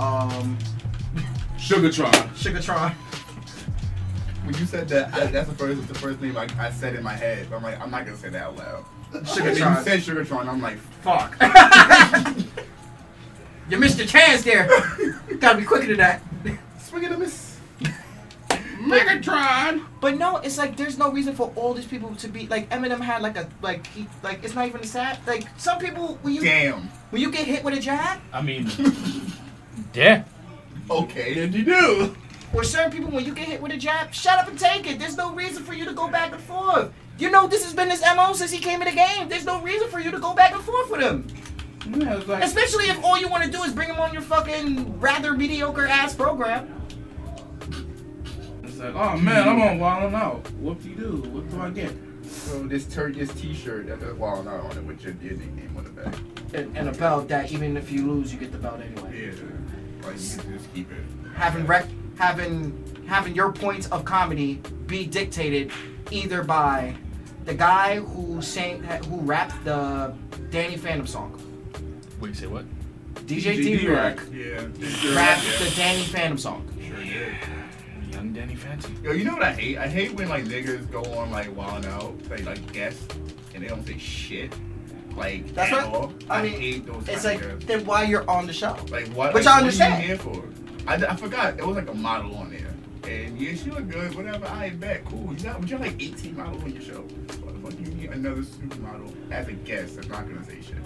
S7: Um,
S5: Sugartron.
S7: Sugartron.
S9: When you said that, I, that's the first, the first name I, I said in my head. But I'm like, I'm not gonna say that out loud. And then you
S7: Sugartron.
S9: said Sugartron, I'm like,
S7: Fuck. you missed your chance there. Gotta be quicker than that.
S9: swing it a miss.
S5: Megatron!
S7: But no, it's like there's no reason for all these people to be like Eminem had like a like he like it's not even sad. Like some people when you
S9: Damn.
S7: when you get hit with a jab,
S11: I mean, death.
S9: Okay, did you do?
S7: or certain people when you get hit with a jab, shut up and take it. There's no reason for you to go back and forth. You know this has been his MO since he came in the game. There's no reason for you to go back and forth with him.
S5: Yeah, it's like,
S7: Especially if all you want to do is bring him on your fucking rather mediocre ass program.
S5: it's like, oh man, I'm on Wildin' Out. What do you do? What do I get?
S9: So this tur- this T-shirt that the well, not on it with your, your nickname on the back.
S7: And, and a belt that even if you lose, you get the belt anyway.
S9: Yeah. Like you can just keep it.
S7: Having rec, having having your points of comedy be dictated either by the guy who sang who rapped the Danny Phantom song,
S11: Wait, say what?
S7: DJ D-Rack
S9: Yeah.
S7: rapped the Danny Phantom song.
S9: Sure did.
S11: Young Danny Fancy.
S9: Yo, you know what I hate? I hate when like niggas go on like wild out, they like guess, and they don't say shit. Like
S7: That's
S9: at
S7: what-
S9: all.
S7: I mean,
S9: hate those.
S7: It's
S9: kind
S7: like
S9: of guys.
S7: then why you're on the show?
S9: like what?
S7: But
S9: like,
S7: y'all understand.
S9: What are you here for? I, I forgot. It was like a model on there, and yeah, she looked good. Whatever. I ain't back. Cool. You got, but you're like 18 models on your show. Why the fuck you need another supermodel as a guest? I'm not gonna say shit.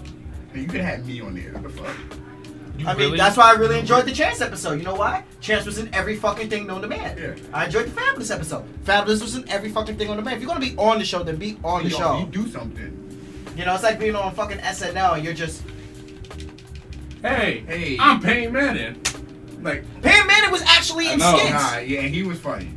S9: Now, you could have me on there. What the fuck?
S11: You
S7: I mean,
S11: really-
S7: that's why I really enjoyed the Chance episode. You know why? Chance was in every fucking thing known to man.
S9: Yeah.
S7: I enjoyed the Fabulous episode. Fabulous was in every fucking thing on the man. If you're gonna be on the show, then be on the
S9: you,
S7: show.
S9: you do something.
S7: You know, it's like being on fucking SNL and you're just.
S5: Hey,
S9: Hey.
S5: I'm Payne Manning. Like,
S7: Pam Manning was actually in
S5: know,
S7: skits.
S9: Nah, yeah, and he was funny.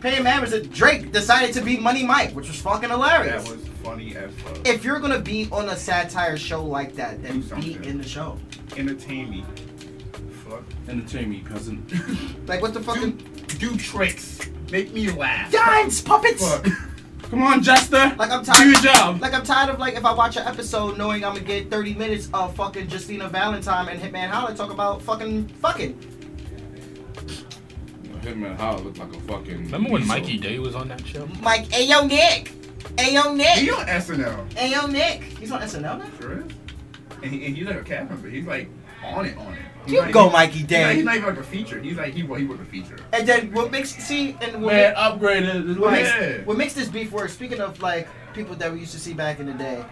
S7: Pam Manning was a Drake decided to be Money Mike, which was fucking
S9: That
S7: hilarious.
S9: was funny as fuck.
S7: if you're gonna be on a satire show like that, then
S9: Do
S7: be
S9: something.
S7: in the show.
S9: Entertain me. Fuck.
S5: entertain me, cousin.
S7: Like what the fucking
S9: do tricks. Make me laugh.
S7: dimes puppets.
S9: Fuck.
S5: Come on, Jester.
S7: Like I'm
S5: Do
S7: tired.
S5: your job.
S7: Like I'm tired of like if I watch an episode knowing I'm gonna get 30 minutes of fucking Justina Valentine and Hitman Howard talk about fucking fucking.
S5: Hitman Howard looked like a fucking.
S11: Remember when
S5: weasel.
S11: Mikey Day was on that show?
S7: Mike, hey yo Nick, hey yo
S9: He
S7: Nick,
S9: on SNL.
S7: hey yo Nick. He's on SNL now.
S9: Sure is. And, he, and he's like a cast member. He's like on it, on it. He's
S7: You
S9: not
S7: go,
S9: even-
S7: Mikey
S9: He's not, he's
S7: Day.
S9: not even like a feature. He's like he well, he was a feature.
S7: And then what makes see and what,
S5: Man,
S7: make,
S5: upgraded. This
S7: what,
S5: way.
S9: yeah.
S7: makes, what makes this beef worse? Speaking of like people that we used to see back in the day,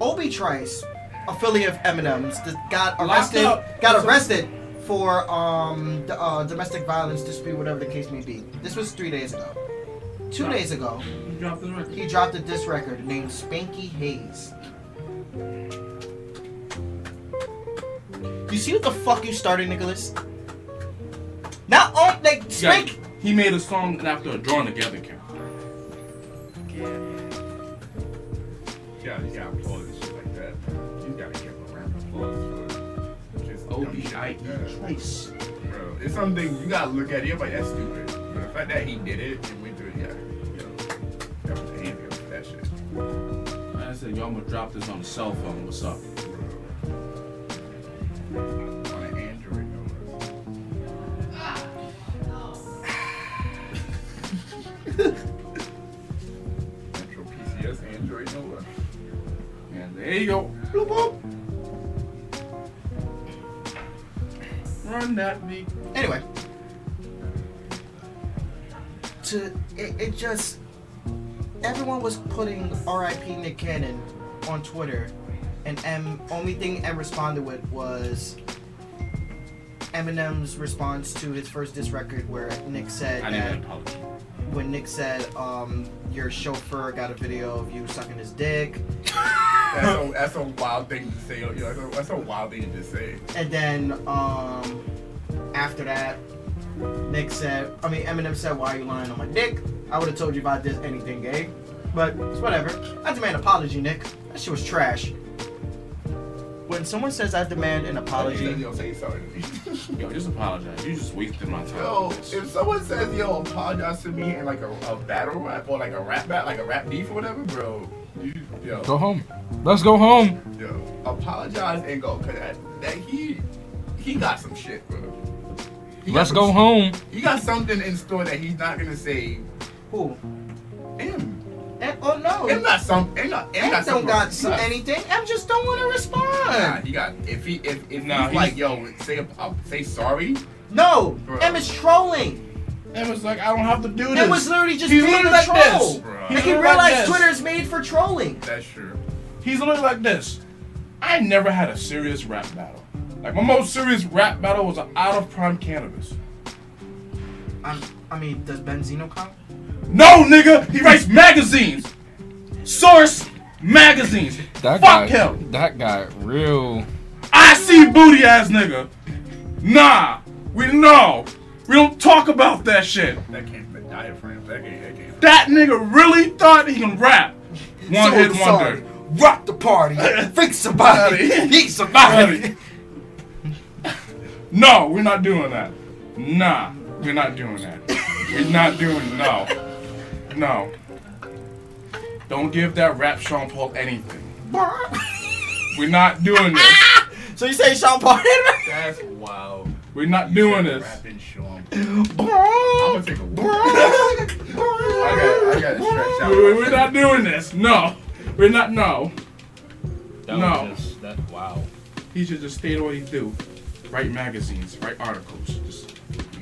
S7: Obi Trice, affiliate of Eminem's, that got
S5: Locked
S7: arrested.
S5: up.
S7: Got
S5: That's a-
S7: arrested. For um, d- uh, domestic violence dispute, whatever the case may be. This was three days ago. Two days ago,
S5: You dropped the record.
S7: he dropped a diss record named Spanky Hayes. You see what the fuck you started, Nicholas? Not on like
S5: Yeah,
S7: Spank.
S5: he made a song after a Drawn Together character.
S9: Yeah, you gotta applaud and shit like that. You gotta give him a round of applause.
S5: E.
S9: O-B-I-E choice. Bro, it's something you gotta look at. You're like, that's stupid. But the fact that he did it and went through it, yeah. You know, that was handy with that shit.
S5: I said, yo, I'm gonna drop this on the cell phone. What's up?
S9: On an Android, no less. Metro PCS Android, no less.
S5: And there you go. Bloop, bloop. Run that beat.
S7: Anyway, to it, it just everyone was putting R.I.P. Nick Cannon on Twitter, and M only thing M responded with was Eminem's response to his first diss record, where Nick said
S5: I need
S7: that
S5: an apology.
S7: when Nick said um, your chauffeur got a video of you sucking his dick,
S9: That's a, that's a wild thing to say. Yo, yo, that's, a, that's a wild thing to say.
S7: and then um, after that, Nick said, I mean Eminem said, "Why are you lying on my dick? I would have told you about this anything gay, but it's whatever. I demand an apology, Nick. That shit was trash." When someone says I demand an apology,
S9: Yo, say sorry to me.
S5: Yo, just apologize. You just wasted my time.
S9: Yo,
S5: with this.
S9: if someone says yo apologize to me in like a, a battle rap or like a rap bat, like a rap beef or whatever, bro, you yo
S6: Go home. Let's go home.
S9: yo apologize and go cause that, that he he got some shit, bro. He got
S6: Let's
S9: some
S6: go
S9: shit.
S6: home.
S9: He got something in store that he's not gonna say.
S7: who?
S9: M,
S7: And, oh no,
S9: M
S7: M
S9: got some. M got. M got some.
S7: don't got
S9: he got-
S7: anything. M just don't want to
S9: Nah,
S7: respond.
S9: he got. If he if if
S5: Nah,
S9: he's like
S5: he's-
S9: yo say uh, say sorry.
S7: No,
S9: Bro.
S7: M is trolling.
S5: Em was like, I don't have to do this.
S7: It was literally just
S5: He's
S7: being
S5: literally
S7: a
S5: like
S7: troll.
S5: this,
S9: bro.
S7: Like
S5: He's
S7: he
S5: literally
S7: realized
S5: like this.
S7: Twitter is made for trolling.
S9: That's true.
S5: He's literally like this. I never had a serious rap battle. Like my most serious rap battle was an out of prime cannabis.
S7: i I mean, does Benzino count?
S5: No, nigga, he writes magazines. Source magazines.
S6: That
S5: Fuck
S6: guy.
S5: him.
S6: That guy. Real.
S5: I see booty ass nigga. Nah, we no, we don't talk about that shit.
S9: That came from the diaphragm. That came. That came.
S5: That nigga really thought he can rap. One hit wonder.
S7: Rock the party. Freak somebody. Eat somebody.
S5: No, we're not doing that. Nah, we're not doing that. We're not doing no, no. Don't give that rap Sean Paul anything. We're not doing this.
S7: so you say Sean Paul Henry?
S9: That's wild.
S5: We're not doing
S9: Rapping
S5: this.
S9: Sean. I'm gonna take a walk. I got. I got to stretch out.
S5: We- we- We're not doing this. No, we're not. No,
S2: That
S5: No.
S2: was just, that, wow.
S5: he should just stay to what he do. Write magazines. Write articles. Just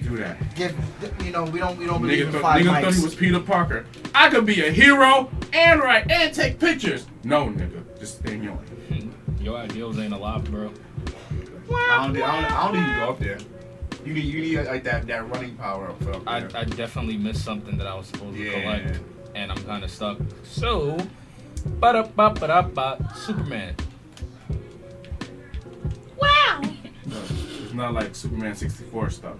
S5: do that.
S7: Give, you know, we don't, we don't believe
S5: Nigga,
S7: in
S5: th-
S7: five
S5: nigga thought
S7: mics.
S5: he was Peter Parker. I could be a hero and write and take pictures. No, nigga, just stay in your lane.
S2: Your ideals ain't a lot, bro.
S9: I don't, I, don't, I don't even go up there. You need, you need like that, that running power up. up
S2: I,
S9: there.
S2: I definitely missed something that I was supposed to
S9: Yeah.
S2: collect, and I'm kind of stuck. So, ba da ba ba da ba, Superman.
S3: Wow!
S5: It's not like Superman 64 stuff.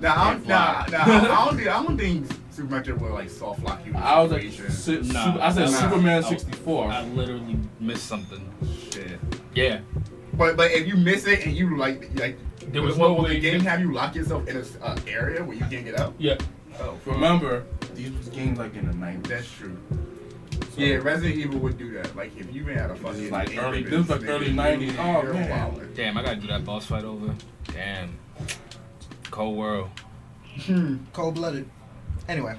S9: nah, I don't, nah,
S2: Can't
S9: nah, I don't think I don't think Superman will like soft lock you. in
S5: I was like,
S9: situation.
S5: su-
S2: Nah,
S5: su- I said
S2: nah.
S5: Superman
S2: I-
S5: 64.
S2: I literally missed something.
S9: Shit.
S2: Yeah.
S9: But but if you miss it and you like like.
S2: There was
S9: will-
S2: one
S9: will the
S2: way-
S9: game have you lock yourself in an uh, area where you can't get out?
S2: Yeah.
S9: Oh,
S5: Remember, these was games like in the 90s.
S9: that's true. yeah, Resident Evil would do that. Like if you been at a fucking
S5: is like
S9: game
S5: early-
S9: with
S5: this is like
S9: nigga,
S5: early
S9: you-
S5: 90s. Oh,
S9: you're
S5: man.
S9: wildin'.
S2: Damn, I gotta do that boss fight over. Damn. Cold world.
S7: Cold blooded. Anyway.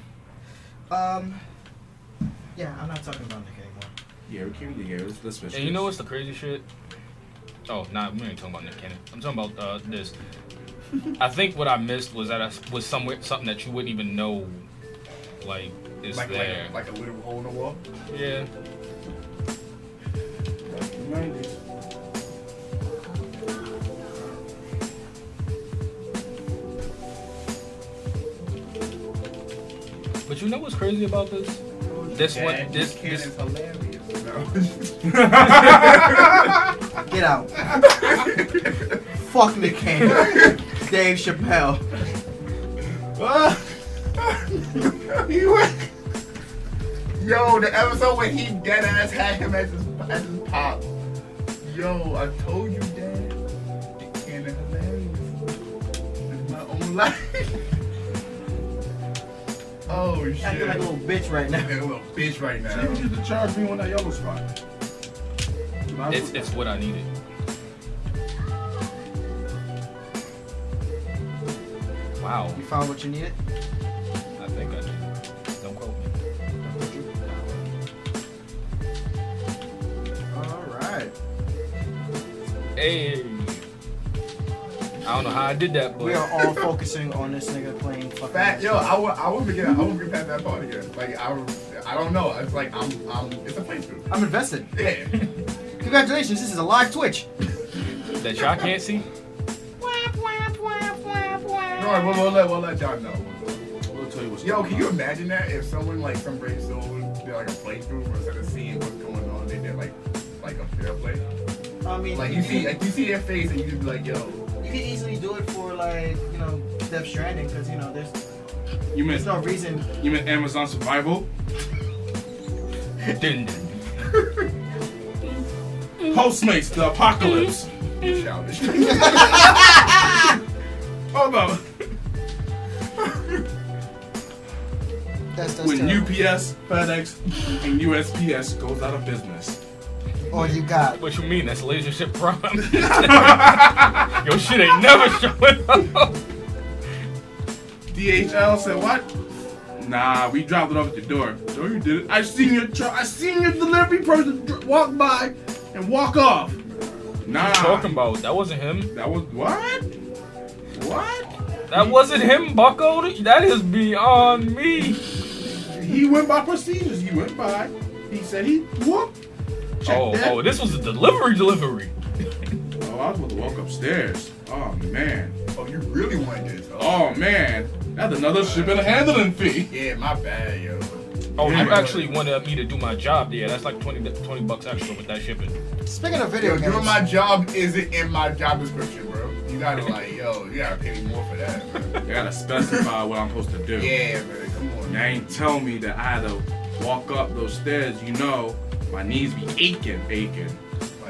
S7: Um. Yeah, I'm not talking about Nick anymore.
S5: Yeah, we came to here. Let's, let's finish
S2: And you know what's
S5: this.
S2: the crazy shit? Oh, nah, we ain't talking about Nick Cannon. I'm talking about uh, this. I think what I missed was that I s- was somewhere something that you wouldn't even know, like is
S9: Like, like,
S2: there.
S9: a, like a little hole in the wall.
S2: yeah.
S5: 90s.
S2: But you know what's crazy about this? This one, this,
S9: kid
S2: this,
S9: is hilarious.
S7: Get out. Fuck Nick Cannon. Dave Chappelle.
S9: He went. Yo, the episode when he dead ass had him as his, as his pop. Yo, I told you, Dad. It can't have like. oh shit!
S7: Acting like a little bitch right now.
S9: That little bitch right
S5: She
S9: now.
S5: even used to charge me on that yellow spot.
S2: It's, it's what I needed. Wow,
S7: You found what you needed?
S2: I think I did. Don't quote me.
S7: Alright.
S2: Hey, I don't know how I did that,
S7: We are
S2: but
S7: all focusing on this nigga playing fucking.
S9: Fact, yo, I would, I would forget, I would forget that part again. Like, I, would- I don't know. It's like I'm, I'm. It's a playthrough.
S7: I'm invested.
S9: Yeah.
S7: Congratulations, this is a live Twitch.
S2: that y'all can't see.
S9: No, right, we'll, we'll let, we'll let y'all know.
S5: We'll tell you what's
S9: Yo,
S5: going
S9: can you
S5: on.
S9: imagine that if someone like some brave soul did like a playthrough instead of seeing what's going on, they did like, like a fair play.
S7: I mean,
S9: Like you see, like you see their face and you just be like, yo,
S7: You could easily do it for like you know Death Stranding because you know there's
S5: You
S7: there's
S5: meant
S7: no reason.
S5: you meant Amazon Survival?
S2: Didn't
S5: Postmates, the apocalypse.
S2: Mm-hmm.
S9: you childish.
S5: Hold on.
S7: That's that's
S5: When UPS, FedEx, and USPS goes out of business.
S7: all you got.
S2: What you mean? That's lasership prime. Your shit ain't never showing up.
S5: DHL said what? Nah, we dropped it off at your door. No, you didn't. I seen your truck. I seen your delivery person dr- walk by and walk off. Nah,
S2: Talking about that wasn't him.
S5: that was what? What?
S2: That wasn't him, Bucko. That is beyond me.
S5: He went by procedures. He went by. He said he whoop. Check
S2: Oh,
S5: that.
S2: oh, this was a delivery, delivery.
S5: Oh, I was about to walk upstairs. Oh man.
S9: oh, you really want this? Oh,
S5: Oh man. That's another shipping and handling fee.
S9: yeah, my bad, yo.
S2: Oh, you
S5: Yeah.
S2: actually wanted me to do my job there. That's like 20, 20 bucks extra with that shipping.
S7: Speaking of video
S9: Yo,
S7: games,
S9: doing my job isn't in my job description, bro. You gotta like, yo, you gotta pay me more for that. Bro.
S5: I gotta specify what I'm supposed to do.
S9: Yeah, man, come on.
S5: You
S9: man.
S5: ain't tell me that I had to walk up those stairs. You know, my knees be aching, aching.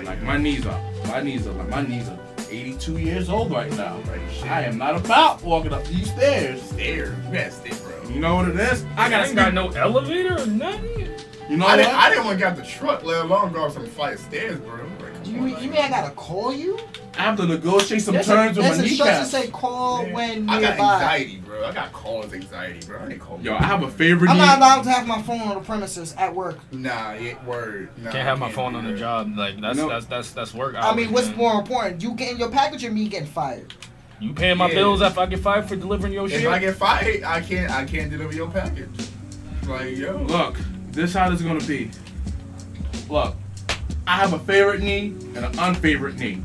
S5: Like my knees are, my knees are, like my knees are 82 years old right now.
S9: Like, shit.
S5: I am not about walking up these stairs.
S9: stairs, you gotta stay, bro.
S5: You know what it is? I
S2: I
S5: gotta
S2: ain't got
S5: speak.
S2: no elevator or nothing.
S5: You know
S9: I
S5: what?
S9: didn't, I didn't want to get out the truck, let alone go up some flight of stairs, bro. Like, come
S7: you,
S9: on,
S7: you
S9: like-
S7: mean I gotta call you?
S5: I have to negotiate some
S7: There's,
S5: terms
S7: a,
S5: with
S7: there's
S5: my
S7: instructions
S5: kneecaps.
S7: that say call when
S9: I got
S7: nearby.
S9: anxiety, bro. I got cause anxiety, bro. I ain't call.
S5: Yo, I have a favorite.
S7: I'm
S5: knee.
S7: not allowed to have my phone on the premises at work.
S9: Nah, yeah, word. Nah,
S2: Can't have my
S9: I
S2: phone on the
S9: bro.
S2: job. Like that's
S5: No.
S2: that's that's that's work.
S5: Oh,
S7: I
S2: hours,
S7: mean, what's
S2: man.
S7: more important, you getting your package or me getting fired?
S2: You paying my
S9: Yeah.
S2: bills after I get fired for delivering your
S9: If
S2: shit?
S9: I get fired, I can't. I can't deliver your package. Like yo,
S5: Look, this how this is gonna be. Look, I have a favorite knee and an unfavorite knee.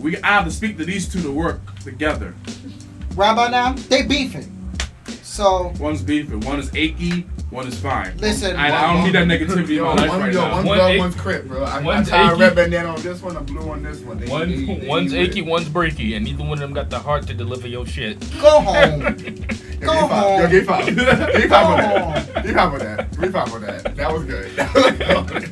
S5: We I have to speak to these two to work together.
S7: Right about now, they beefing. So
S5: One's beefing, one is achy, one is fine.
S7: listen,
S5: I, I don't need that negativity in my
S9: Yo,
S5: life
S9: one,
S5: right
S9: yo,
S5: now.
S9: one's
S2: One
S9: red,
S2: ache-
S9: one's crip, bro. I, I
S2: one's
S9: tie a
S2: achy.
S9: red bandana on this one, a blue on this one. They-
S2: One,
S9: they- they-
S2: one's
S9: they-
S2: achy, one's breaky, and neither one of them got the heart to deliver your shit.
S7: go home.
S9: Yo,
S7: go
S9: give me five. Yo,
S7: home.
S9: give me five. Give me five on that.
S7: Come
S9: Give me five on that. Give me five on that. That was good. That was good.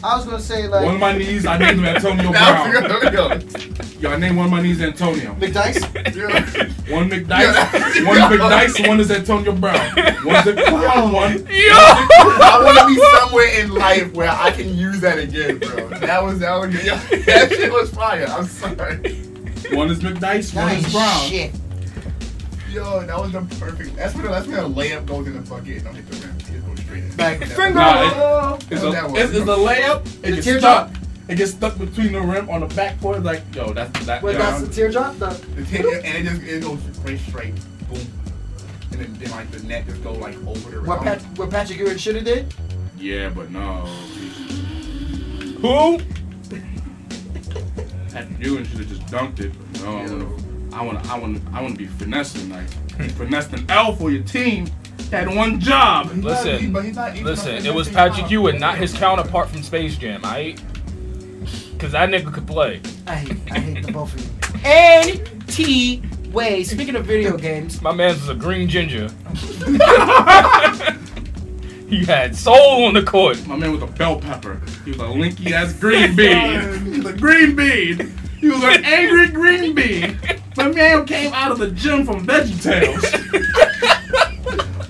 S7: I was gonna say
S5: One of
S7: like
S5: my knees, I named him Antonio Brown.
S9: That was good.
S5: Yo, I named one of my knees Antonio.
S7: McDice.
S9: Yo, yo.
S5: One McDice, one McDice, one is Antonio Brown. One's a clown, one.
S2: Yo!
S9: I want to be somewhere in life where I can use that again, bro. That was that was good. Yo, that shit was fire. I'm sorry.
S5: One is McDice, one is
S7: Nice
S5: Brown.
S7: shit.
S9: Yo, that was the perfect. That's when that's when a layup goes in the bucket and I'm hit the rim. It goes straight in.
S7: Like,
S9: That-
S7: finger
S5: Nah, it- It's
S9: that was
S5: a,
S9: that one.
S5: it's, it's a layup. It
S7: The
S5: gets
S7: teardrop.
S5: stuck. It gets stuck between the rim on the backboard. Like, yo, that's that.
S7: Wait,
S5: yo,
S7: that's the teardrop though.
S9: The tip- and it just it goes straight straight. Boom. And then, then like the net just go like over the
S7: What,
S9: rim.
S7: Pat, what Patrick Ewing should have did?
S5: yeah, but no.
S2: Who?
S5: Had to do and should have just dunked it. But no, I want to. I want. I want to be finessing. Like, you finessed an L for your team. Had one job.
S9: He's not-
S2: Listen,
S9: he- but he's not even-
S2: Listen,
S9: he's
S2: it
S9: not
S2: was
S9: even
S2: Patrick
S9: fouled.
S2: Ewing, not
S9: Oh,
S2: his counterpart from Space Jam, I Cause that nigga could play.
S7: I hate, I hate the both of you. And T Way. Speaking of video games,
S2: My man's was a green ginger. he had soul on the court.
S5: My man was a bell pepper. He was a linky ass green bean. He was a green bean. He was an angry green bean. But man came out of the gym from Veggie Tales.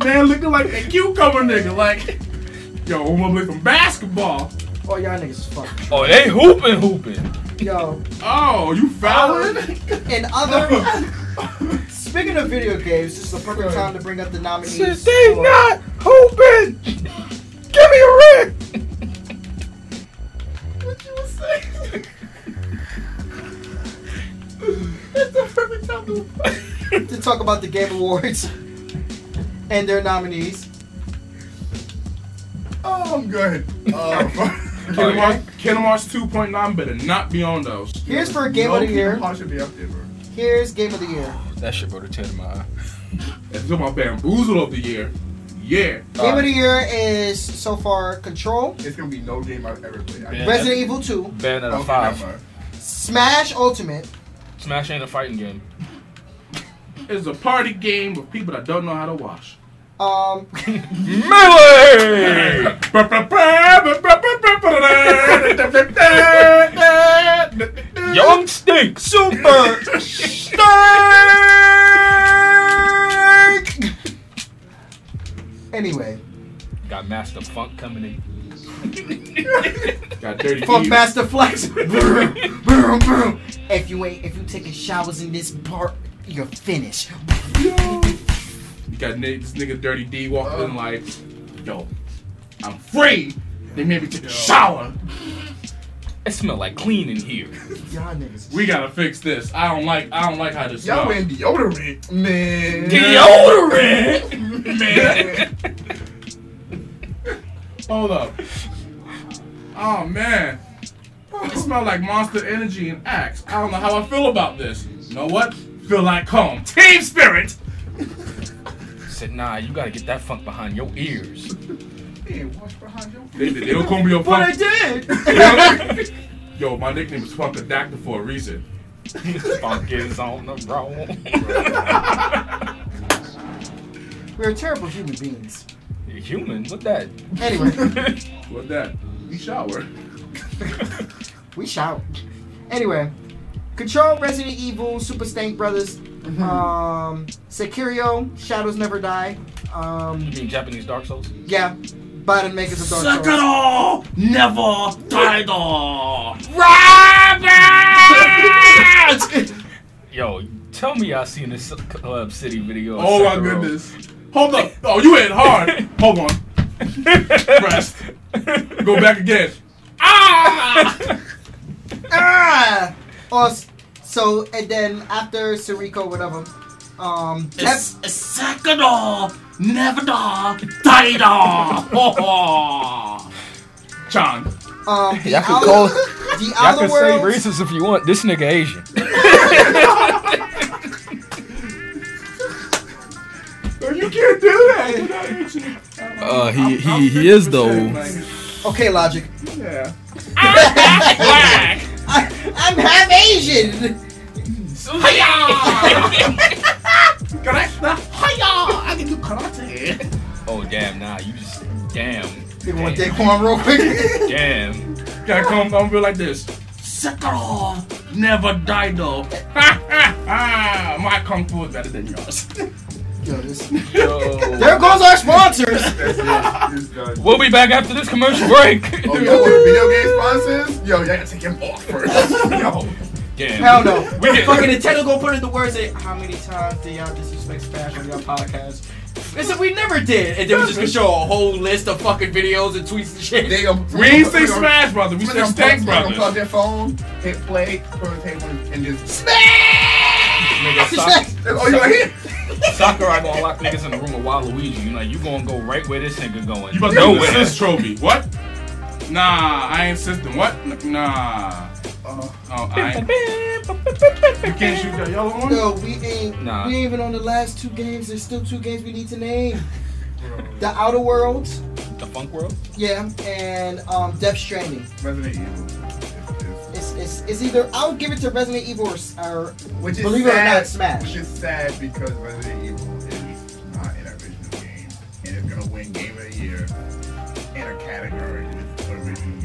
S5: man looking like a cucumber nigga. Like, yo, I'm gonna play some basketball.
S7: Oh, y'all niggas is fucked.
S2: Oh, they hooping, hooping.
S7: Yo.
S5: Oh, you
S9: Oh,
S5: fouling?
S7: And other. Speaking of video games, this is the perfect time to bring up the nominees.
S11: They
S7: for-
S11: not hooping. Give me a ring.
S9: What you was saying? That's the perfect time to.
S7: to talk about the Game Awards and their nominees.
S9: Oh, I'm good. Uh,
S5: Kingdom Hearts, Kingdom Hearts 2.9 better not be on those.
S7: Here's for Game of the Year.
S9: Paul should be up there, bro.
S7: Here's Game of the Year.
S6: That shit brought a tear to my eye.
S5: If you talking about bamboozle of the year, yeah.
S7: Game of the Year is so far Control,
S9: It's gonna be no game I've ever played. I
S2: Yeah.
S7: Resident Evil 2,
S2: Band out
S9: Okay,
S2: of five.
S9: never.
S7: Smash Ultimate,
S2: Smash ain't a fighting game.
S5: It's a party game with people that don't know how to wash.
S7: um,
S2: Melee! Young Stink Super Stink!
S7: anyway.
S2: Got Master Funk coming in.
S5: Got dirty
S7: Fuck
S5: Eve.
S7: Master Flex. Vroom, vroom, vroom. If you ain't, if you taking showers in this part, you're finished.
S5: You got ni- this nigga Dirty D walking in like, yo, I'm free. They made me take a shower.
S2: It smell like clean in here.
S7: Y'all niggas.
S5: We gotta fix this. I don't like. I don't like how this
S9: Y'all
S5: smells.
S9: wearing deodorant, man.
S2: Deodorant! Man!
S5: Hold up. Oh man. It smell like Monster Energy and Axe. I don't know how I feel about this. You know what? Feel like home. Team spirit.
S2: Said, nah, you gotta get that funk behind your ears.
S9: Man, wash behind your
S5: They, they don't call me a
S7: But I
S5: punk.
S7: did.
S5: Yo, my nickname is Funkadactyl for a reason.
S2: funk is on the roll.
S7: We're terrible human beings.
S2: You're human? What that?
S7: Anyway,
S5: What that? We shower.
S7: we shout. Anyway, Control, Resident Evil, Super Stank Brothers,
S6: Mm-hmm.
S7: um, Sekiro, Shadows Never Die, um,
S2: You mean Japanese Dark Souls?
S7: yeah, by the makers of Dark Souls.
S5: all, never die all.
S2: Yo, tell me I seen this Club City video. of
S5: Oh my
S2: Sekiro.
S5: goodness. Hold up. Oh, you hit hard. Hold on. Rest. Go back again.
S7: Ah! Or, so, and then after Suriko, whatever, um, Death-
S5: Sakador, never daw, die daw. John.
S7: um, the
S6: Y'all can
S7: Outer-
S6: call-
S7: the
S6: Y'all can
S7: Outer
S6: say
S7: Worlds,
S6: racist if you want. This nigga Asian.
S9: You can't do that.
S6: Uh, he he he is though.
S7: Okay, Logic.
S9: Yeah.
S7: I, I'm half Asian!
S9: Hi-yah! I can do karate.
S2: Oh damn, nah, you just damn.
S7: Give me one
S2: damn,
S7: dick form real quick.
S9: Oh,
S2: damn.
S5: Gotta come, I'm real like this. Sakador, never die though. My kung fu is better than yours.
S7: Yo, this,
S2: Yo.
S7: there goes our sponsors!
S9: That's it. It's done.
S2: We'll be back after this commercial break.
S9: Oh, y'all want video game sponsors? Yo, y'all gotta take him off first. Yo.
S2: Damn.
S7: Hell no.
S2: We get-
S7: fucking Nintendo gonna put in the words that how many times did y'all disrespect Smash on y'all podcast? They said we never did, and then we just gonna show a whole list of fucking videos and tweets and shit.
S9: They gonna,
S5: We ain't say Smash Brother, we
S9: We
S5: say
S9: gonna
S5: Stank
S9: plug, brother. plug
S5: Brother.
S9: their phone, hit play, throw the table, and just.
S2: Nigga,
S9: That's all you gonna hear.
S2: Sa- Sakurai gonna lock niggas in the room with Waluigi. You know, you gonna go right where this nigga going.
S5: You about to win this trophy. What? Nah, I ain't system. What? Nah.
S9: Uh,
S5: Oh, I ain't. You can't shoot that yellow one?
S7: No, we ain't.
S2: Nah.
S7: We ain't even on the last two games. There's still two games we need to name. The Outer Worlds,
S2: The Funk World?
S7: yeah, and um, Death Stranding.
S9: Resident Evil. It's- it's-
S7: It's, it's, it's either I'll give it to Resident Evil or, s- or
S9: Which is
S7: believe
S9: sad,
S7: it or not, Smash.
S9: Which is sad because Resident Evil is not in our original game, and it's gonna win Game of the Year in a category with original game.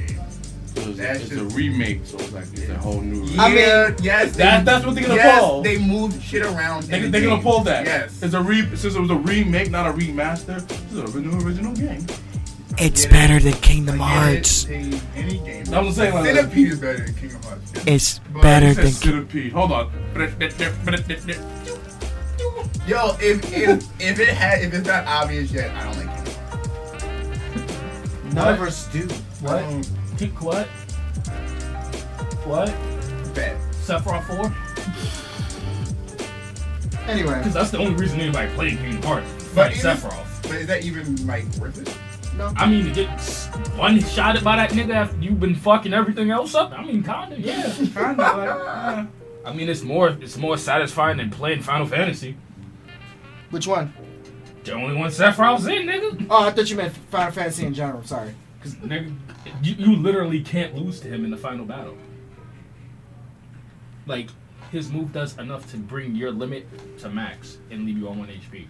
S12: it was
S9: That's
S12: it's a
S9: just-
S12: remake, so it's like it's a whole new.
S9: I mean,
S7: mean-
S9: yes, they,
S5: That, that's what they're gonna
S9: yes,
S5: pull.
S9: they moved shit around.
S5: They,
S9: in the
S5: they're gonna
S9: game.
S5: pull that.
S9: Yes.
S5: It's a re since it was a remake, not a remaster. This is a new original game.
S13: It's better than Kingdom
S9: Like,
S13: Hearts.
S9: Any, any- any game.
S5: That was saying like
S9: Centipede is better than Kingdom Hearts.
S13: It's
S5: But
S13: better
S5: it says
S13: than. Ki-
S5: centipede. Hold on.
S9: Yo, if if if it had if it's not obvious yet, I don't like Kingdom Hearts.
S7: None of us do. Mm.
S11: What? Pick what? What?
S9: Bet.
S11: Sephiroth 4?
S7: Anyway,
S2: Because that's the only reason anybody played Kingdom Hearts.
S9: But
S2: But
S9: even-
S2: Sephiroth.
S9: But is that even like worth it?
S2: I mean, to get one shot by that nigga after you've been fucking everything else up. I mean, kinda, yeah.
S5: Kinda like. uh,
S2: I mean, it's more it's more satisfying than playing Final Fantasy.
S7: which one?
S2: The only one Sephiroth's in, nigga.
S7: Oh, I thought you meant Final Fantasy in general. Sorry.
S2: Nigga, you, you literally can't lose to him in the final battle. Like, his move does enough to bring your limit to max and leave you on one HP,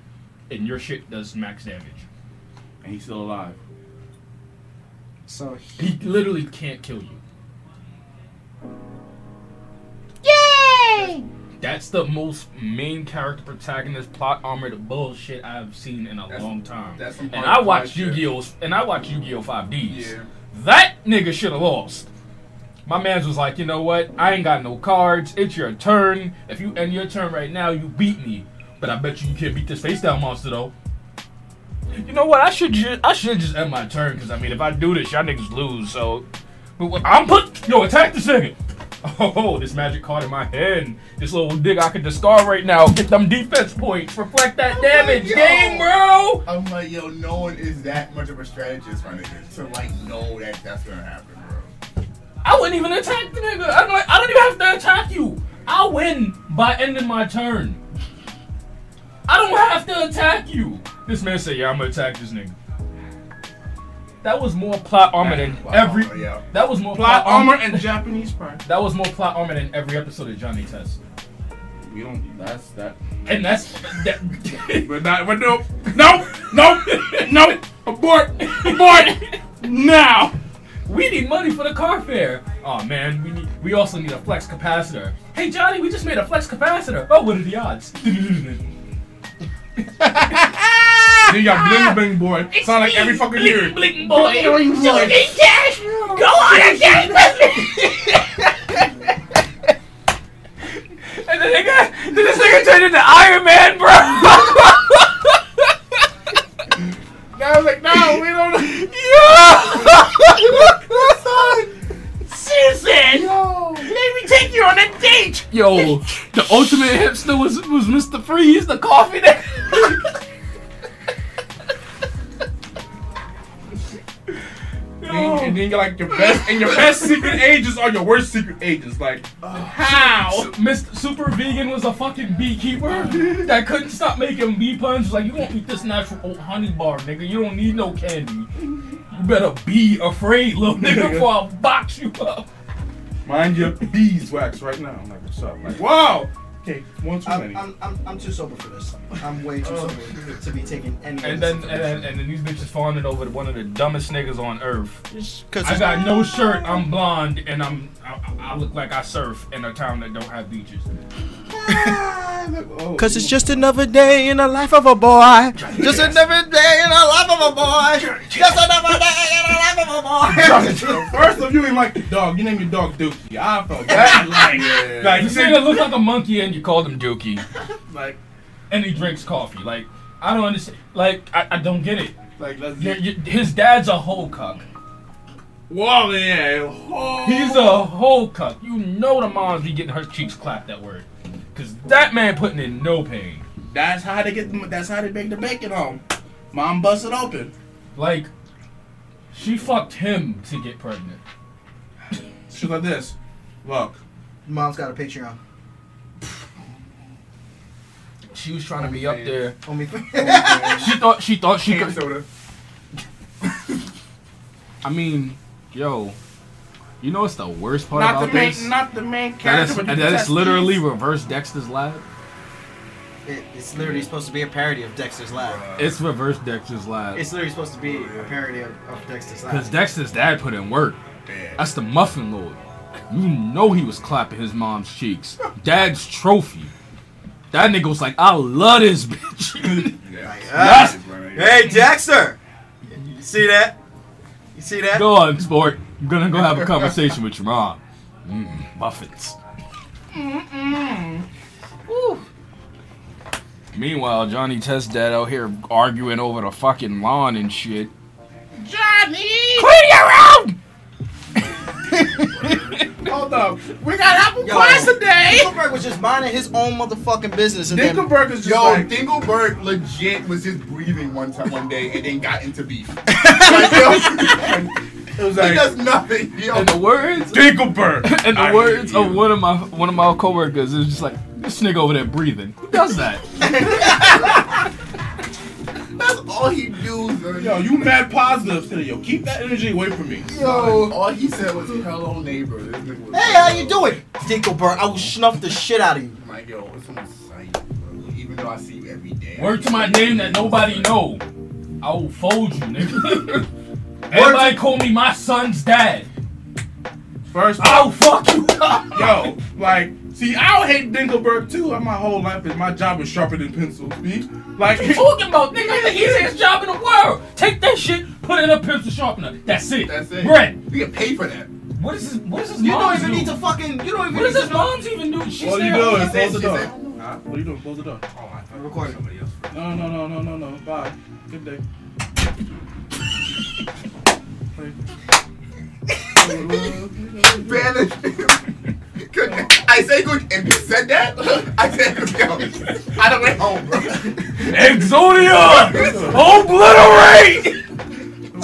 S2: and your shit does max damage.
S5: And he's still alive.
S7: So
S2: He literally can't kill you.
S3: Yay!
S2: That's the most main character protagonist plot armor the bullshit I've seen in a
S9: That's-
S2: long time.
S9: that's some
S2: and
S9: hard
S2: I watched
S9: shit.
S2: Yu-Gi-Oh! and I watched Yu-Gi-Oh! 5Ds.
S9: Yeah.
S2: That nigga should have lost. My man's was like, you know what? I ain't got no cards. It's your turn. If you end your turn right now, you beat me. But I bet you you can't beat this face down monster though. You know what? I should just I should just end my turn because I mean, if I do this, y'all niggas lose. So, but what- I'm put yo attack this nigga. Oh, this magic card in my hand. This little nigga I can discard right now. Get them defense points. Reflect that damage.
S9: yo.
S2: Game, bro.
S9: I'm like, yo, no one is that much of a strategist, my nigga, to like know that that's gonna happen, bro.
S2: I wouldn't even attack the nigga. I'm like, I don't even have to attack you. I win by ending my turn. I don't have to attack you. This man said, yeah, I'm gonna attack this nigga. That was more plot armor than
S9: Plot
S2: every.
S9: armor, yeah.
S2: That was more
S5: Plot armor and Japanese pride.
S2: That was more plot armor than every episode of Johnny Test.
S5: We don't. That's that.
S2: And that's that.
S5: We're not. We're no. No. No. No. Abort. Abort. Now.
S2: we need money for the car fare. Oh man, we need. We also need a flex capacitor. Hey Johnny, we just made a flex capacitor. Oh, what are the odds?
S5: Then you got bling bling boy. Sound like every fucking year.
S2: Blink boy.
S4: Go on and dance with me.
S2: And the nigga, this nigga turned into Iron Man, bro.
S9: I was like, no, we don't.
S2: Susan, let me take you on a date. Yo, the ultimate hipster was was Mr. Freeze, the coffee nigga.
S5: And, and then you're like your best and your best secret agents are your worst secret agents. Like
S2: Su- Mr. Super Vegan was a fucking beekeeper that couldn't stop making bee puns. Like, you won't eat this natural old honey bar, nigga. You don't need no candy. You better be afraid, little nigga, before I box you up.
S5: mind your beeswax right now. I'm like, what's up? Like, wow. Okay, one too
S7: I'm,
S5: many.
S7: I'm, I'm, I'm too sober for this. I'm way too sober to be taking any. of
S2: Oh. And
S7: this
S2: then uh, and then,
S7: information.
S2: and then these bitches fawning over one of the dumbest niggas on earth.
S12: Cause
S2: I got no shirt. I'm blonde, and I'm I, I look like I surf in a town that don't have beaches.
S13: Cause it's just another day in the life of a boy. Just another day in the life of a boy.
S7: Just another day in the life of a boy.
S5: First of you ain't like the dog. You name your dog Dookie. I felt that. like, like you
S2: This
S5: said,
S2: nigga looks like a monkey, and you called him Dookie,
S5: like,
S2: and he drinks coffee. Like I don't understand. Like I, I don't get it.
S5: like let's.
S2: you you his dad's a whole cuck.
S5: Whoa, yeah. Oh.
S2: He's a whole cuck. You know the mom's be getting her cheeks clapped that word, cause that man putting in no pain.
S5: That's how they get. The, that's how they make the bacon on. Mom bust it open.
S2: Like she fucked him to get pregnant.
S5: She's like this. Look,
S7: Mom's got a Patreon.
S2: She was trying to be up there.
S7: Only
S2: She thought she thought she
S9: Can
S2: could.
S9: soda.
S6: I mean,
S2: Yo, you know what's the worst part
S5: not
S2: about
S5: the main,
S2: this?
S5: not the main
S2: that
S5: character.
S2: is,
S5: but
S2: that
S5: the
S2: is
S5: testes.
S2: literally reverse Dexter's Lab.
S7: it, it's literally supposed to be a parody of Dexter's Lab.
S2: It's reverse Dexter's Lab.
S7: It's literally supposed to be a parody of, of Dexter's
S2: Because
S7: Lab.
S2: Dexter's dad put in work.
S9: damn.
S2: That's the Muffin Lord. You know he was clapping his mom's cheeks. Dad's trophy. That nigga was like, I love this bitch. That's-
S13: Hey, Jackson. You see that? You see that?
S2: Go on, sport. I'm gonna go have a conversation with your mom. Mm, muffins.
S4: Mm-mm. Ooh.
S6: Meanwhile, Johnny Test dad out here arguing over the fucking lawn and shit.
S4: Johnny!
S2: Clean your room!
S5: Hold up.
S4: We got apple
S7: Yo,
S4: pies today!
S7: Dinkelberg was just minding his own motherfucking business. And then,
S9: Dinkelberg is just
S7: Yo,
S9: like, Dinkelberg legit was just breathing one time one day and then got into beef. Like, yo,
S5: It was
S9: he
S5: like
S9: does nothing. Yo,
S2: And the words
S5: Dinkelberg.
S2: and the
S5: I
S2: words
S5: hate
S2: of
S5: you.
S2: one of my one of my coworkers is just like, this nigga over there breathing. Who does that?
S9: that's all he do. Yo,
S5: Yo, you mad positive today, yo. Keep that energy away from me.
S9: yo, all he said was "hello neighbor." This nigga was-
S7: hey, how you doing, Dinkelberg? I will snuff the shit out of you.
S9: I'm like, yo, it's on site, bro. Even though I see you every day.
S2: Word to my name that nobody know. I will fold you, nigga. Everybody call me my son's dad.
S5: First,
S2: I'll Oh, fuck you up.
S5: yo, like, see, I don't hate Dinkelberg too. My whole life is my job is sharper than pencils, B. Like,
S2: What you talking about, nigga? It's the easiest job in the world. Take that shit, put it in a pencil sharpener. That's it.
S9: That's it.
S2: Bread.
S9: We get paid for that.
S2: What is his? What is his
S7: You don't
S2: mom's
S7: even
S2: do?
S7: need to fucking. You don't even
S2: What does
S7: need
S2: his
S7: to.
S2: mom's even do? She's
S5: what are you
S2: there.
S5: doing?
S9: said-
S5: Close the
S9: she
S5: door. Oh,
S9: said-
S5: Huh? What are you doing? Close the door.
S7: We're recording.
S5: No, no, no, no, no, no. Bye. Good day.
S9: Banish. I say good, and you said that. I said good. Yo, I don't went home, bro.
S2: Exodia! Obliterate!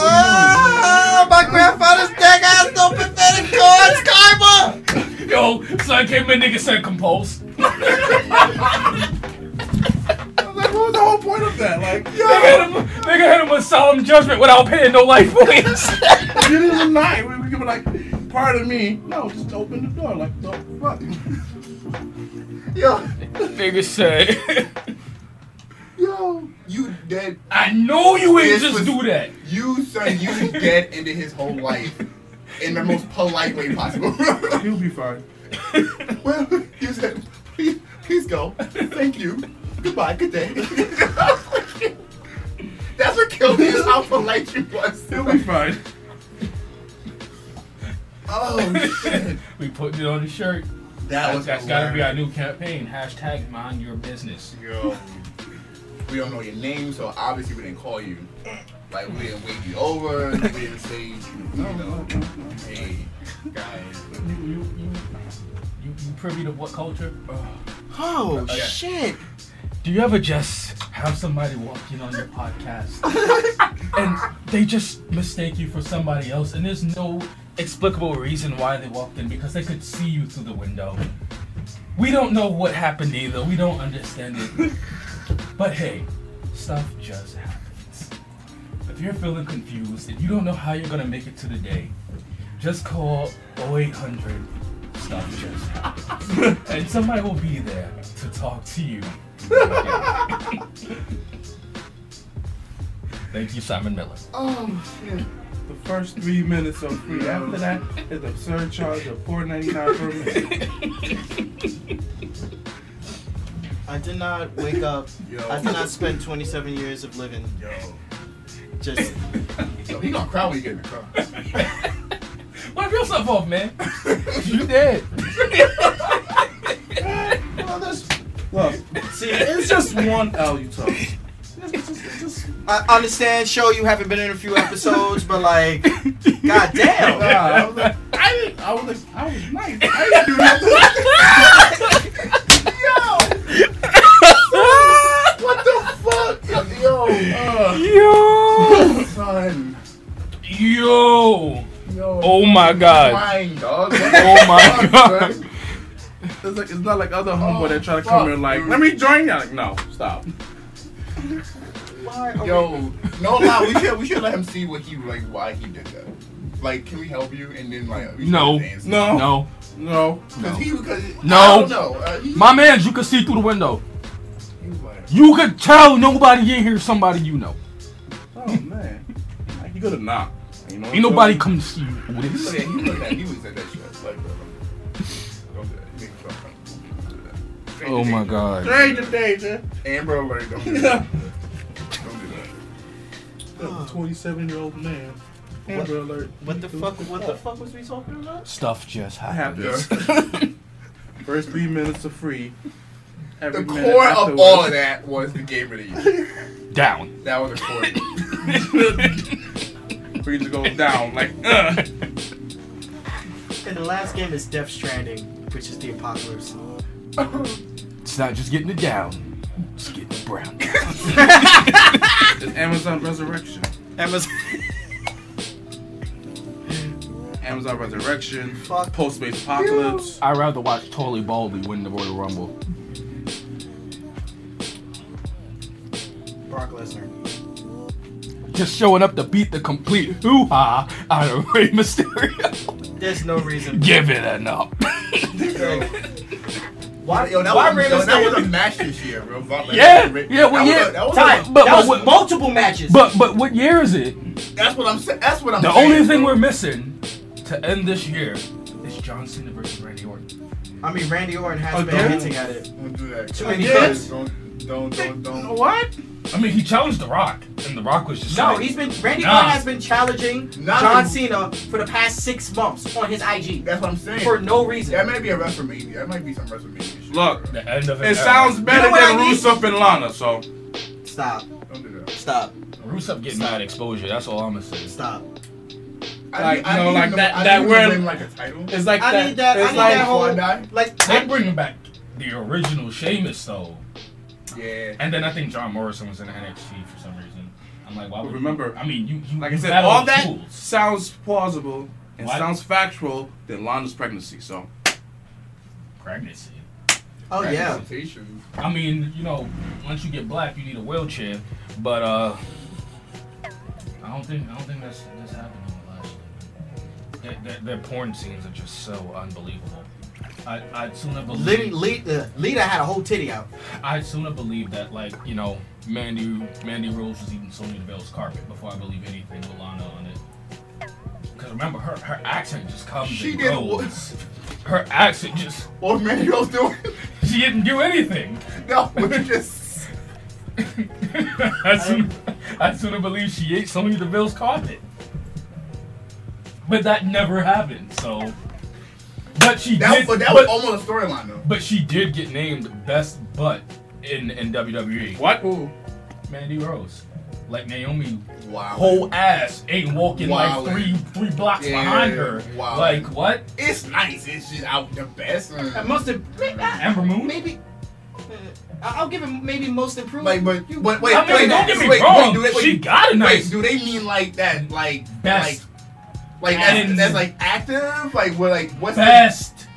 S7: Oh, my grandfather's deck has no pathetic cards, Kaiba!
S2: Yo, son came in, nigga said compulse.
S5: Like, what was the whole point of that? Like,
S2: Nigga hit him, nigga hit him with solemn judgment without paying no life police.
S5: you didn't deny. We, we could be like, pardon me. No, just open the door. Like, no, fuck.
S9: Yo,
S2: nigga said,
S9: yo, you dead.
S2: I know you ain't
S9: This
S2: just
S9: was-
S2: do that.
S9: You son, you dead ended his whole life in the most polite way possible.
S5: He'll be fine.
S9: well, you said, please, please go. Thank you. Goodbye. Good day. That's what killed me. Is how polite you was.
S5: He'll be fine.
S9: Oh shit.
S2: We put it on the shirt.
S9: That
S2: That's,
S9: was
S2: that's gotta be our new campaign. Hashtag mind your business.
S9: Yo, we don't know your name, so obviously we didn't call you. Like we didn't wake you over. We didn't say, you know, hey guys.
S2: You, you, you, you, you privy to what culture?
S7: Oh,
S9: Okay.
S7: shit.
S2: Do you ever just have somebody walk in on your podcast and they just mistake you for somebody else and there's no explicable reason why they walked in because they could see you through the window? We don't know what happened either. We don't understand it. but hey, stuff just happens. If you're feeling confused and you don't know how you're going to make it to the day, just call 0800 Stuff Just Happens. and somebody will be there to talk to you. Thank you, Simon Miller.
S9: Oh shit.
S5: The first three minutes are free. After that, it's a surcharge of four ninety nine per minute.
S7: I did not wake up.
S9: Yo.
S7: I did not spend 27 years of living
S9: Yo.
S7: just.
S9: Yo, he gonna cry when you get in the car.
S2: Wipe yourself off, man. you dead.
S7: Well, there's-
S5: Look, see, it's just one L you talk. It's just- it's just-
S7: I understand, show you haven't been in a few episodes, but like, goddamn.
S5: Nah, I was like, I didn't. I was like, I was nice. I didn't do nothing.
S9: What the fuck? Yo, uh,
S2: Yo.
S9: son.
S2: Yo.
S9: Yo.
S2: Oh my god.
S9: Crying, dog.
S2: Oh my god.
S5: It's like it's not like other homeboy that try to
S9: Oh, fuck,
S5: come here like,
S9: dude.
S5: let me join you. Like, no, stop.
S7: Why are we-
S9: Yo, no lie, we should we should let him see what he like why he did that. Like, can we help you? And then like, we should
S2: No.
S9: dance.
S5: No, no,
S2: No.
S5: no.
S9: Cause he because I
S2: No.
S9: don't know. Uh, he,
S2: My man, you could see through the window.
S9: he was like,
S2: You could tell nobody in here somebody you know.
S5: Oh man, I Like you gotta knock. You know what
S2: Ain't
S5: I'm
S2: nobody
S5: saying?
S2: come see you, Otis.
S5: Yeah, he looked at he was at that shit. I was like, bro, don't do that. You make me feel uncomfortable. Don't do that. Stranger
S6: Oh my
S5: danger.
S6: God.
S5: Stranger danger. Amber alert. Don't do that. Don't do that. Twenty-seven year old man.
S7: Amber
S5: alert.
S7: What the fuck? What the fuck was we talking about?
S6: Stuff just happens.
S5: Happens. First three minutes are free. Every
S9: The
S5: minute
S9: core of
S5: afterwards-
S9: all of that was the game of the year.
S2: Down.
S9: That was the core.
S5: For you to go down like. Uh.
S7: And the last game is Death Stranding, which is the apocalypse.
S6: It's not just getting it down. It's getting it brown.
S5: It's Amazon Resurrection.
S13: Amazon.
S5: Amazon Resurrection.
S7: Fuck.
S5: Postmates Apocalypse.
S6: I'd rather watch Tolly Baldy win the Royal Rumble.
S7: Brock Lesnar.
S6: Just showing up to beat the complete hoo ha out of Rey Mysterio.
S7: There's no reason.
S6: Give it an up.
S7: Why? Yo, that
S9: Why
S7: was,
S9: Rey
S7: yo, that was
S9: a match this year, bro. Von-
S6: yeah,
S9: Rey-
S6: yeah, well,
S9: that
S6: yeah.
S9: was a- that was a-
S7: time.
S6: But-
S7: that
S6: but
S7: was
S6: what-
S7: multiple matches.
S6: But but what year is it?
S9: that's what I'm saying. That's what I'm
S6: The
S9: saying.
S6: only thing
S9: bro.
S6: we're missing to end this year is John Cena versus Randy Orton.
S7: I mean, Randy Orton has
S5: Again?
S7: been hinting at it.
S9: Don't do that.
S7: Too
S9: guys.
S7: many
S9: Guys,
S7: cuts.
S9: Don't, don't, don't, don't.
S5: What?
S2: I mean, he challenged The Rock, and The Rock was just
S7: No,
S2: like,
S7: he's been Randy
S2: Nah.
S7: Orton has been challenging
S9: Nah.
S7: John Cena for the past six months on his IG
S9: That's what I'm saying.
S7: for no reason.
S9: that might be a WrestleMania. That might be some WrestleMania shit.
S5: Look,
S9: bro.
S2: the end of
S5: It sounds better
S7: You know what
S5: than
S7: I need?
S5: Rusev and Lana, so
S7: Stop.
S9: Don't do that.
S7: Stop.
S2: Rusev getting mad exposure. That's all I'm gonna say.
S7: Stop.
S9: I
S5: Like,
S9: need, I
S5: you know,
S9: need
S5: like
S9: him to-
S5: that-
S9: I need
S5: that
S9: him to
S5: word-
S9: win, like a title.
S5: it's like
S7: I
S5: that.
S7: need that. I
S5: It's
S7: need
S5: like
S7: that whole
S9: before I die.
S7: like.
S2: They bringing back the original Sheamus though,
S9: Yeah.
S2: and then I think John Morrison was in NXT for some reason. I'm like, why would
S5: But remember,
S2: I mean, you, you
S5: like I
S2: you
S5: said,
S2: battle
S5: all that
S2: fools.
S5: sounds plausible and
S2: What?
S5: sounds factual than Lana's pregnancy. So
S2: pregnancy.
S7: Oh yeah.
S9: Presentation.
S2: I mean, you know, once you get black, you need a wheelchair. But uh, I don't think I don't think that's that's happening with Lashley. Their, their, their porn scenes are just so unbelievable. I I'd sooner believe
S7: Lita, Lita, Lita had a whole titty out.
S2: I'd sooner believe that like you know Mandy Mandy Rose was eating Sonya Deville's carpet before I believe anything with Lana on it. Cause remember her her accent just comes
S9: She
S2: and
S9: did
S2: goes. Her accent just
S9: What Mandy Rose doing?
S2: she didn't do anything.
S9: no, we're just.
S2: I sooner, I sooner believe she ate Sonya Deville's carpet. But that never happened. So, but she
S9: That,
S2: did.
S9: but that was
S2: but,
S9: almost a storyline though.
S2: but she did get named best butt in in WWE.
S5: what?
S2: Mandy Rose, like Naomi
S9: Wow.
S2: whole ass ain't walking
S9: Oh, Wildin'.
S2: like three three blocks
S9: Yeah,
S2: behind her.
S9: wildin'.
S2: Like what?
S9: It's nice. It's just out the best.
S7: And Uh, most of
S2: Amber Moon?
S7: Maybe. uh, I'll give him maybe most improved.
S9: Like, but, but wait,
S2: I mean,
S9: wait,
S2: don't get me
S9: wait,
S2: wrong.
S9: Wait, do they, wait,
S2: she got a
S9: wait,
S2: nice
S9: do they mean like that? Like,
S2: best
S9: like, like
S2: And-
S9: that's, that's like active. Like, we're like, what's the
S2: best.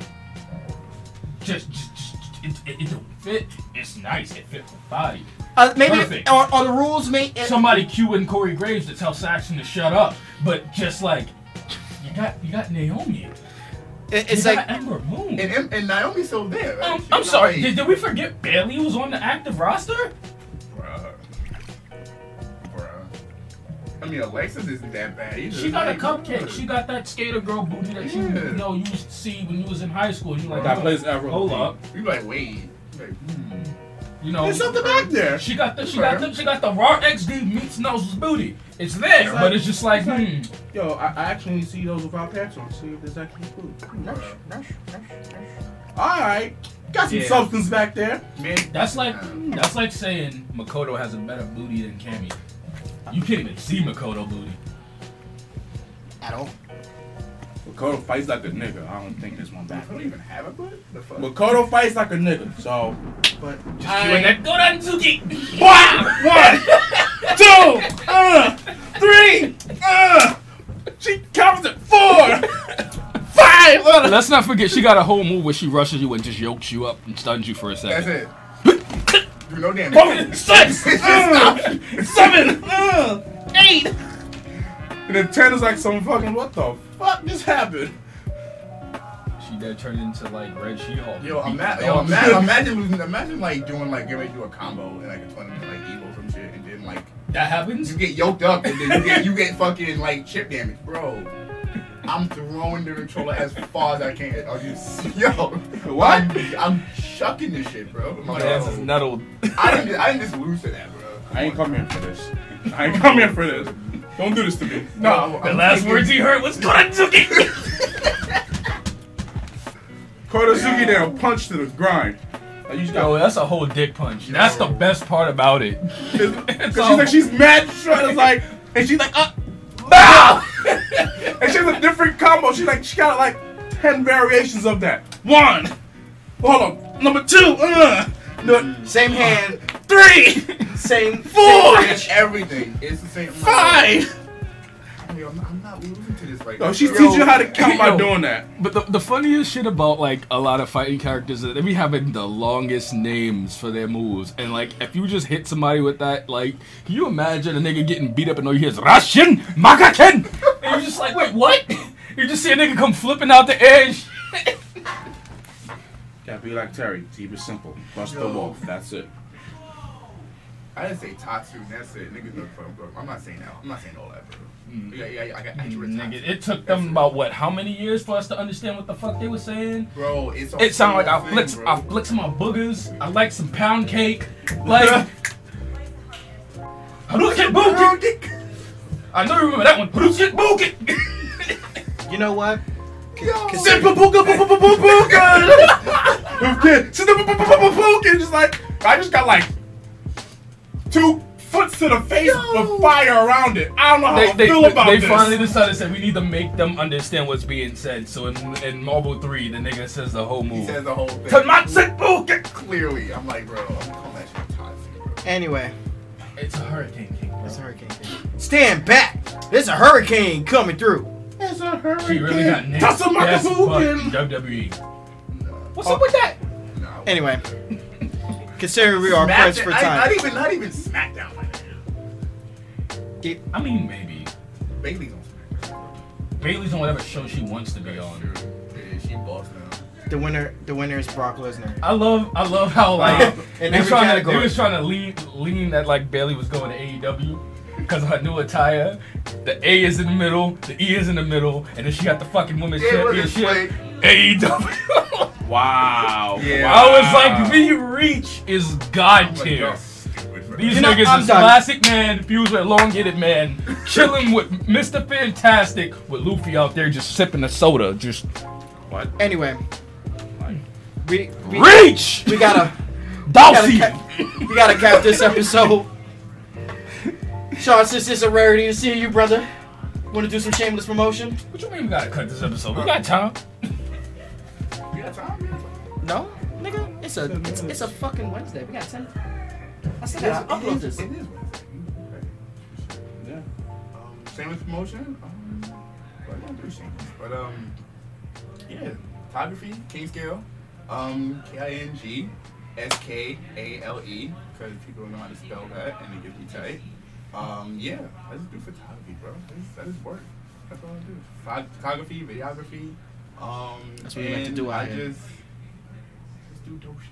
S2: Just, just, just it, it, it don't fit. It's nice. It fit for body.
S7: uh, maybe
S2: perfect.
S7: on, on the rules, mate. uh,
S2: Somebody cue in Corey Graves to tell Saxon to shut up. But just like you got you got Naomi.
S13: It-
S2: You
S13: it's
S2: got
S13: like
S2: Amber Moon.
S9: And, and, and Naomi's still there. Like,
S2: um,
S9: she's
S2: I'm
S9: not
S2: sorry.
S9: like-
S2: Did, did we forget Bailey was on the active roster?
S9: Bruh. Bruh. I mean, Alexis isn't that bad either.
S2: She got a
S9: Like,
S2: cupcake. She got that skater girl booty that you,
S9: Yeah.
S2: you know you used to see when you was in high school. You like
S5: That
S2: oh,
S5: plays Avril
S2: Hold
S5: Lavigne.
S2: up,
S9: You like, wait. Like,
S5: Mm.
S9: hmm.
S2: you know.
S9: There's something back there.
S2: She got the she got the she got the raw XD meets noses booty. It's there, but it's just like,
S5: it's like-
S2: hmm.
S5: Yo, I, I actually need to see those without pants on. See if there's actually food.
S7: Nush, nush, nush, nush.
S5: All right, got some
S2: Yeah.
S5: substance back there.
S9: Man,
S2: That's like hmm, that's like saying Makoto has a better booty than Cammy. You can't even see Makoto booty.
S7: At all.
S5: Makoto fights like a nigga. I don't think this one
S9: I
S5: back.
S9: don't even have a butt. The fuck?
S5: Makoto fights like a nigga. So
S7: But
S2: Just you and that Goranzuki.
S5: one, two, uh, three, uh, she comes at four, five. Uh,
S6: Let's not forget she got a whole move where she rushes you and just yokes you up and stuns you for a
S9: That's
S6: second.
S9: it. Do no damage.
S5: six, uh, seven, uh, eight. And then ten is like some fucking what the fuck just happened?
S2: She then turned into like Red She-Hulk.
S9: Yo,
S2: Beat
S9: ima-
S2: the
S9: yo
S2: dogs.
S5: Oh.
S9: ima- imagine losing, imagine like doing like, get ready to do a combo and like a 20 like evil or some shit and then like
S2: That happens.
S9: You get yoked up and then you get you get fucking like chip damage, bro. I'm throwing the controller as far as I can. Are you s- yo? What? I'm, I'm chucking this shit, bro.
S5: My ass is
S9: nettled. I didn't, I didn't just lose to that, bro.
S5: I ain't come here for this. I ain't come here for this. Don't do this to me. No.
S9: The last words he heard
S5: was Kodazuki. Kodazuki there, a punch to the grind. Like, you just got-
S2: Yo, that's a whole dick punch. That's the best part about it.
S5: Cause she's like she's mad short. It's like and she's like uh, ah! and she has a different combo. She like she got like ten variations of that. One, hold on, number two, uh, no,
S7: same hand,
S5: three,
S7: same
S5: four,
S9: It's everything. It's the same.
S5: five.
S9: I'm, I'm not- I'm not losing to this right
S5: No,
S9: now.
S5: she's
S9: bro.
S5: teaching you how to count by
S2: Yo.
S5: doing that.
S2: But the, the funniest shit about like a lot of fighting characters is that they be having the longest names for their moves. And like if you just hit somebody with that, like can you imagine a nigga getting beat up and all you hear is Russian Makaken? And you're just like, wait, what? You just see a nigga come flipping out the edge.
S5: Gotta be like Terry. Keep it simple. Bust
S9: Yo.
S5: them off. That's it.
S9: I didn't say Tatsu. and That's it. Niggas know from bro. I'm not saying that. I'm not saying all that, bro.
S5: Mm.
S9: Yeah, yeah, yeah. I got I get rid of
S2: Nigga,
S9: Tatsu.
S2: it took them about what, how many years for us to understand what the fuck they were saying?
S9: Bro, it's
S2: It sounded like I
S9: flipped.
S2: flicked, I flicked my boogers. I like some pound cake. Like, Hadouken Bookin. I know you remember that one. Hadouken Bookin.
S7: You know what?
S5: Simple booga booga booga booga. Kid, simple booga booga booga. Just like I just got like two foots to the face with fire around it. I don't know how
S2: They,
S5: I
S2: they,
S5: feel about
S2: they
S5: this.
S2: finally decided to say we need to make them understand what's being said. So in, in Marble 3, the nigga says the whole
S9: He
S2: move.
S9: says the whole thing.
S2: Tamatsu Bookin.
S9: Clearly, I'm like, bro, I'm calling that shit Tatsu, bro.
S7: Anyway,
S2: It's a hurricane king.
S7: it's a hurricane. thing. Stand back. There's a hurricane coming through.
S5: It's a
S2: She
S5: hurricane.
S2: really got next
S5: That's a
S2: best
S5: motherfucking-
S2: fuck WWE. What's up with that?
S7: Anyway, considering we are pressed
S9: Smackdown.
S7: for
S9: I- Not
S7: time,
S9: even, not even SmackDown. my nigga.
S2: I mean, maybe.
S9: Bailey's on SmackDown.
S2: Bailey's on whatever show she wants to be on.
S9: Yeah, she boss now.
S7: the winner, the winner is Brock Lesnar.
S2: I love, I love how like
S7: in
S2: they
S7: every
S2: trying
S7: category.
S2: to they was trying to lean lean that like Bailey was going to AEW because of her new attire. The A is in the middle, the E is in the middle, and then she got the fucking women's
S9: Yeah, look at
S2: championship. AEW.
S5: Wow.
S2: E
S5: Wow.
S9: Yeah.
S2: I was like, the reach is god
S9: Like,
S2: tier.
S9: y'all stupid, bro.
S2: These
S7: You know,
S2: niggas
S7: I'm
S2: is
S7: done.
S2: classic man fused with elongated man, chilling with Mr. Fantastic with Luffy out there just sipping a soda, just
S7: Anyway, we we,
S2: reach.
S7: we gotta
S2: Dawsey.
S7: cap, we gotta cap this episode. Sean, since it's a rarity to see you, brother, want to do some shameless promotion?
S2: What you mean we gotta cut this episode? We got time.
S9: You got time? You got time?
S7: No, nigga, it's a it's, it's a fucking Wednesday. We got ten. I said I upload
S9: It is
S7: this.
S9: Wednesday.
S5: Yeah.
S9: Um, shameless promotion. Um, well, I don't do shameless, but um, yeah, photography, King Scale, um, K I N G S K A L E, because people don't know how to spell that, and it gets me tight. Um, yeah, I just do photography, bro. That is, that is work. That's all I do. Phot- Photography, videography. Um,
S7: That's what we like to do
S9: and
S7: out
S9: I
S7: here.
S9: just, just do dope shit.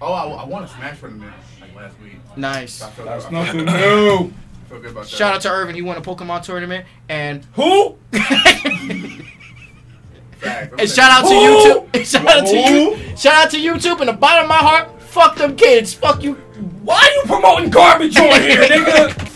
S9: Oh, I, I won a smash tournament like last week.
S7: Nice.
S9: So I feel good-
S5: That's
S9: I
S5: nothing
S9: feel-
S5: new.
S9: I feel good about that.
S7: Shout out to Irvin. He won a Pokemon tournament, and
S2: Who?
S9: Facts.
S7: and shout out to
S2: Who?
S7: YouTube. Shout out to you. Shout out to YouTube. In the bottom of my heart, fuck them kids. Fuck you.
S2: Why are you promoting garbage on here, nigga?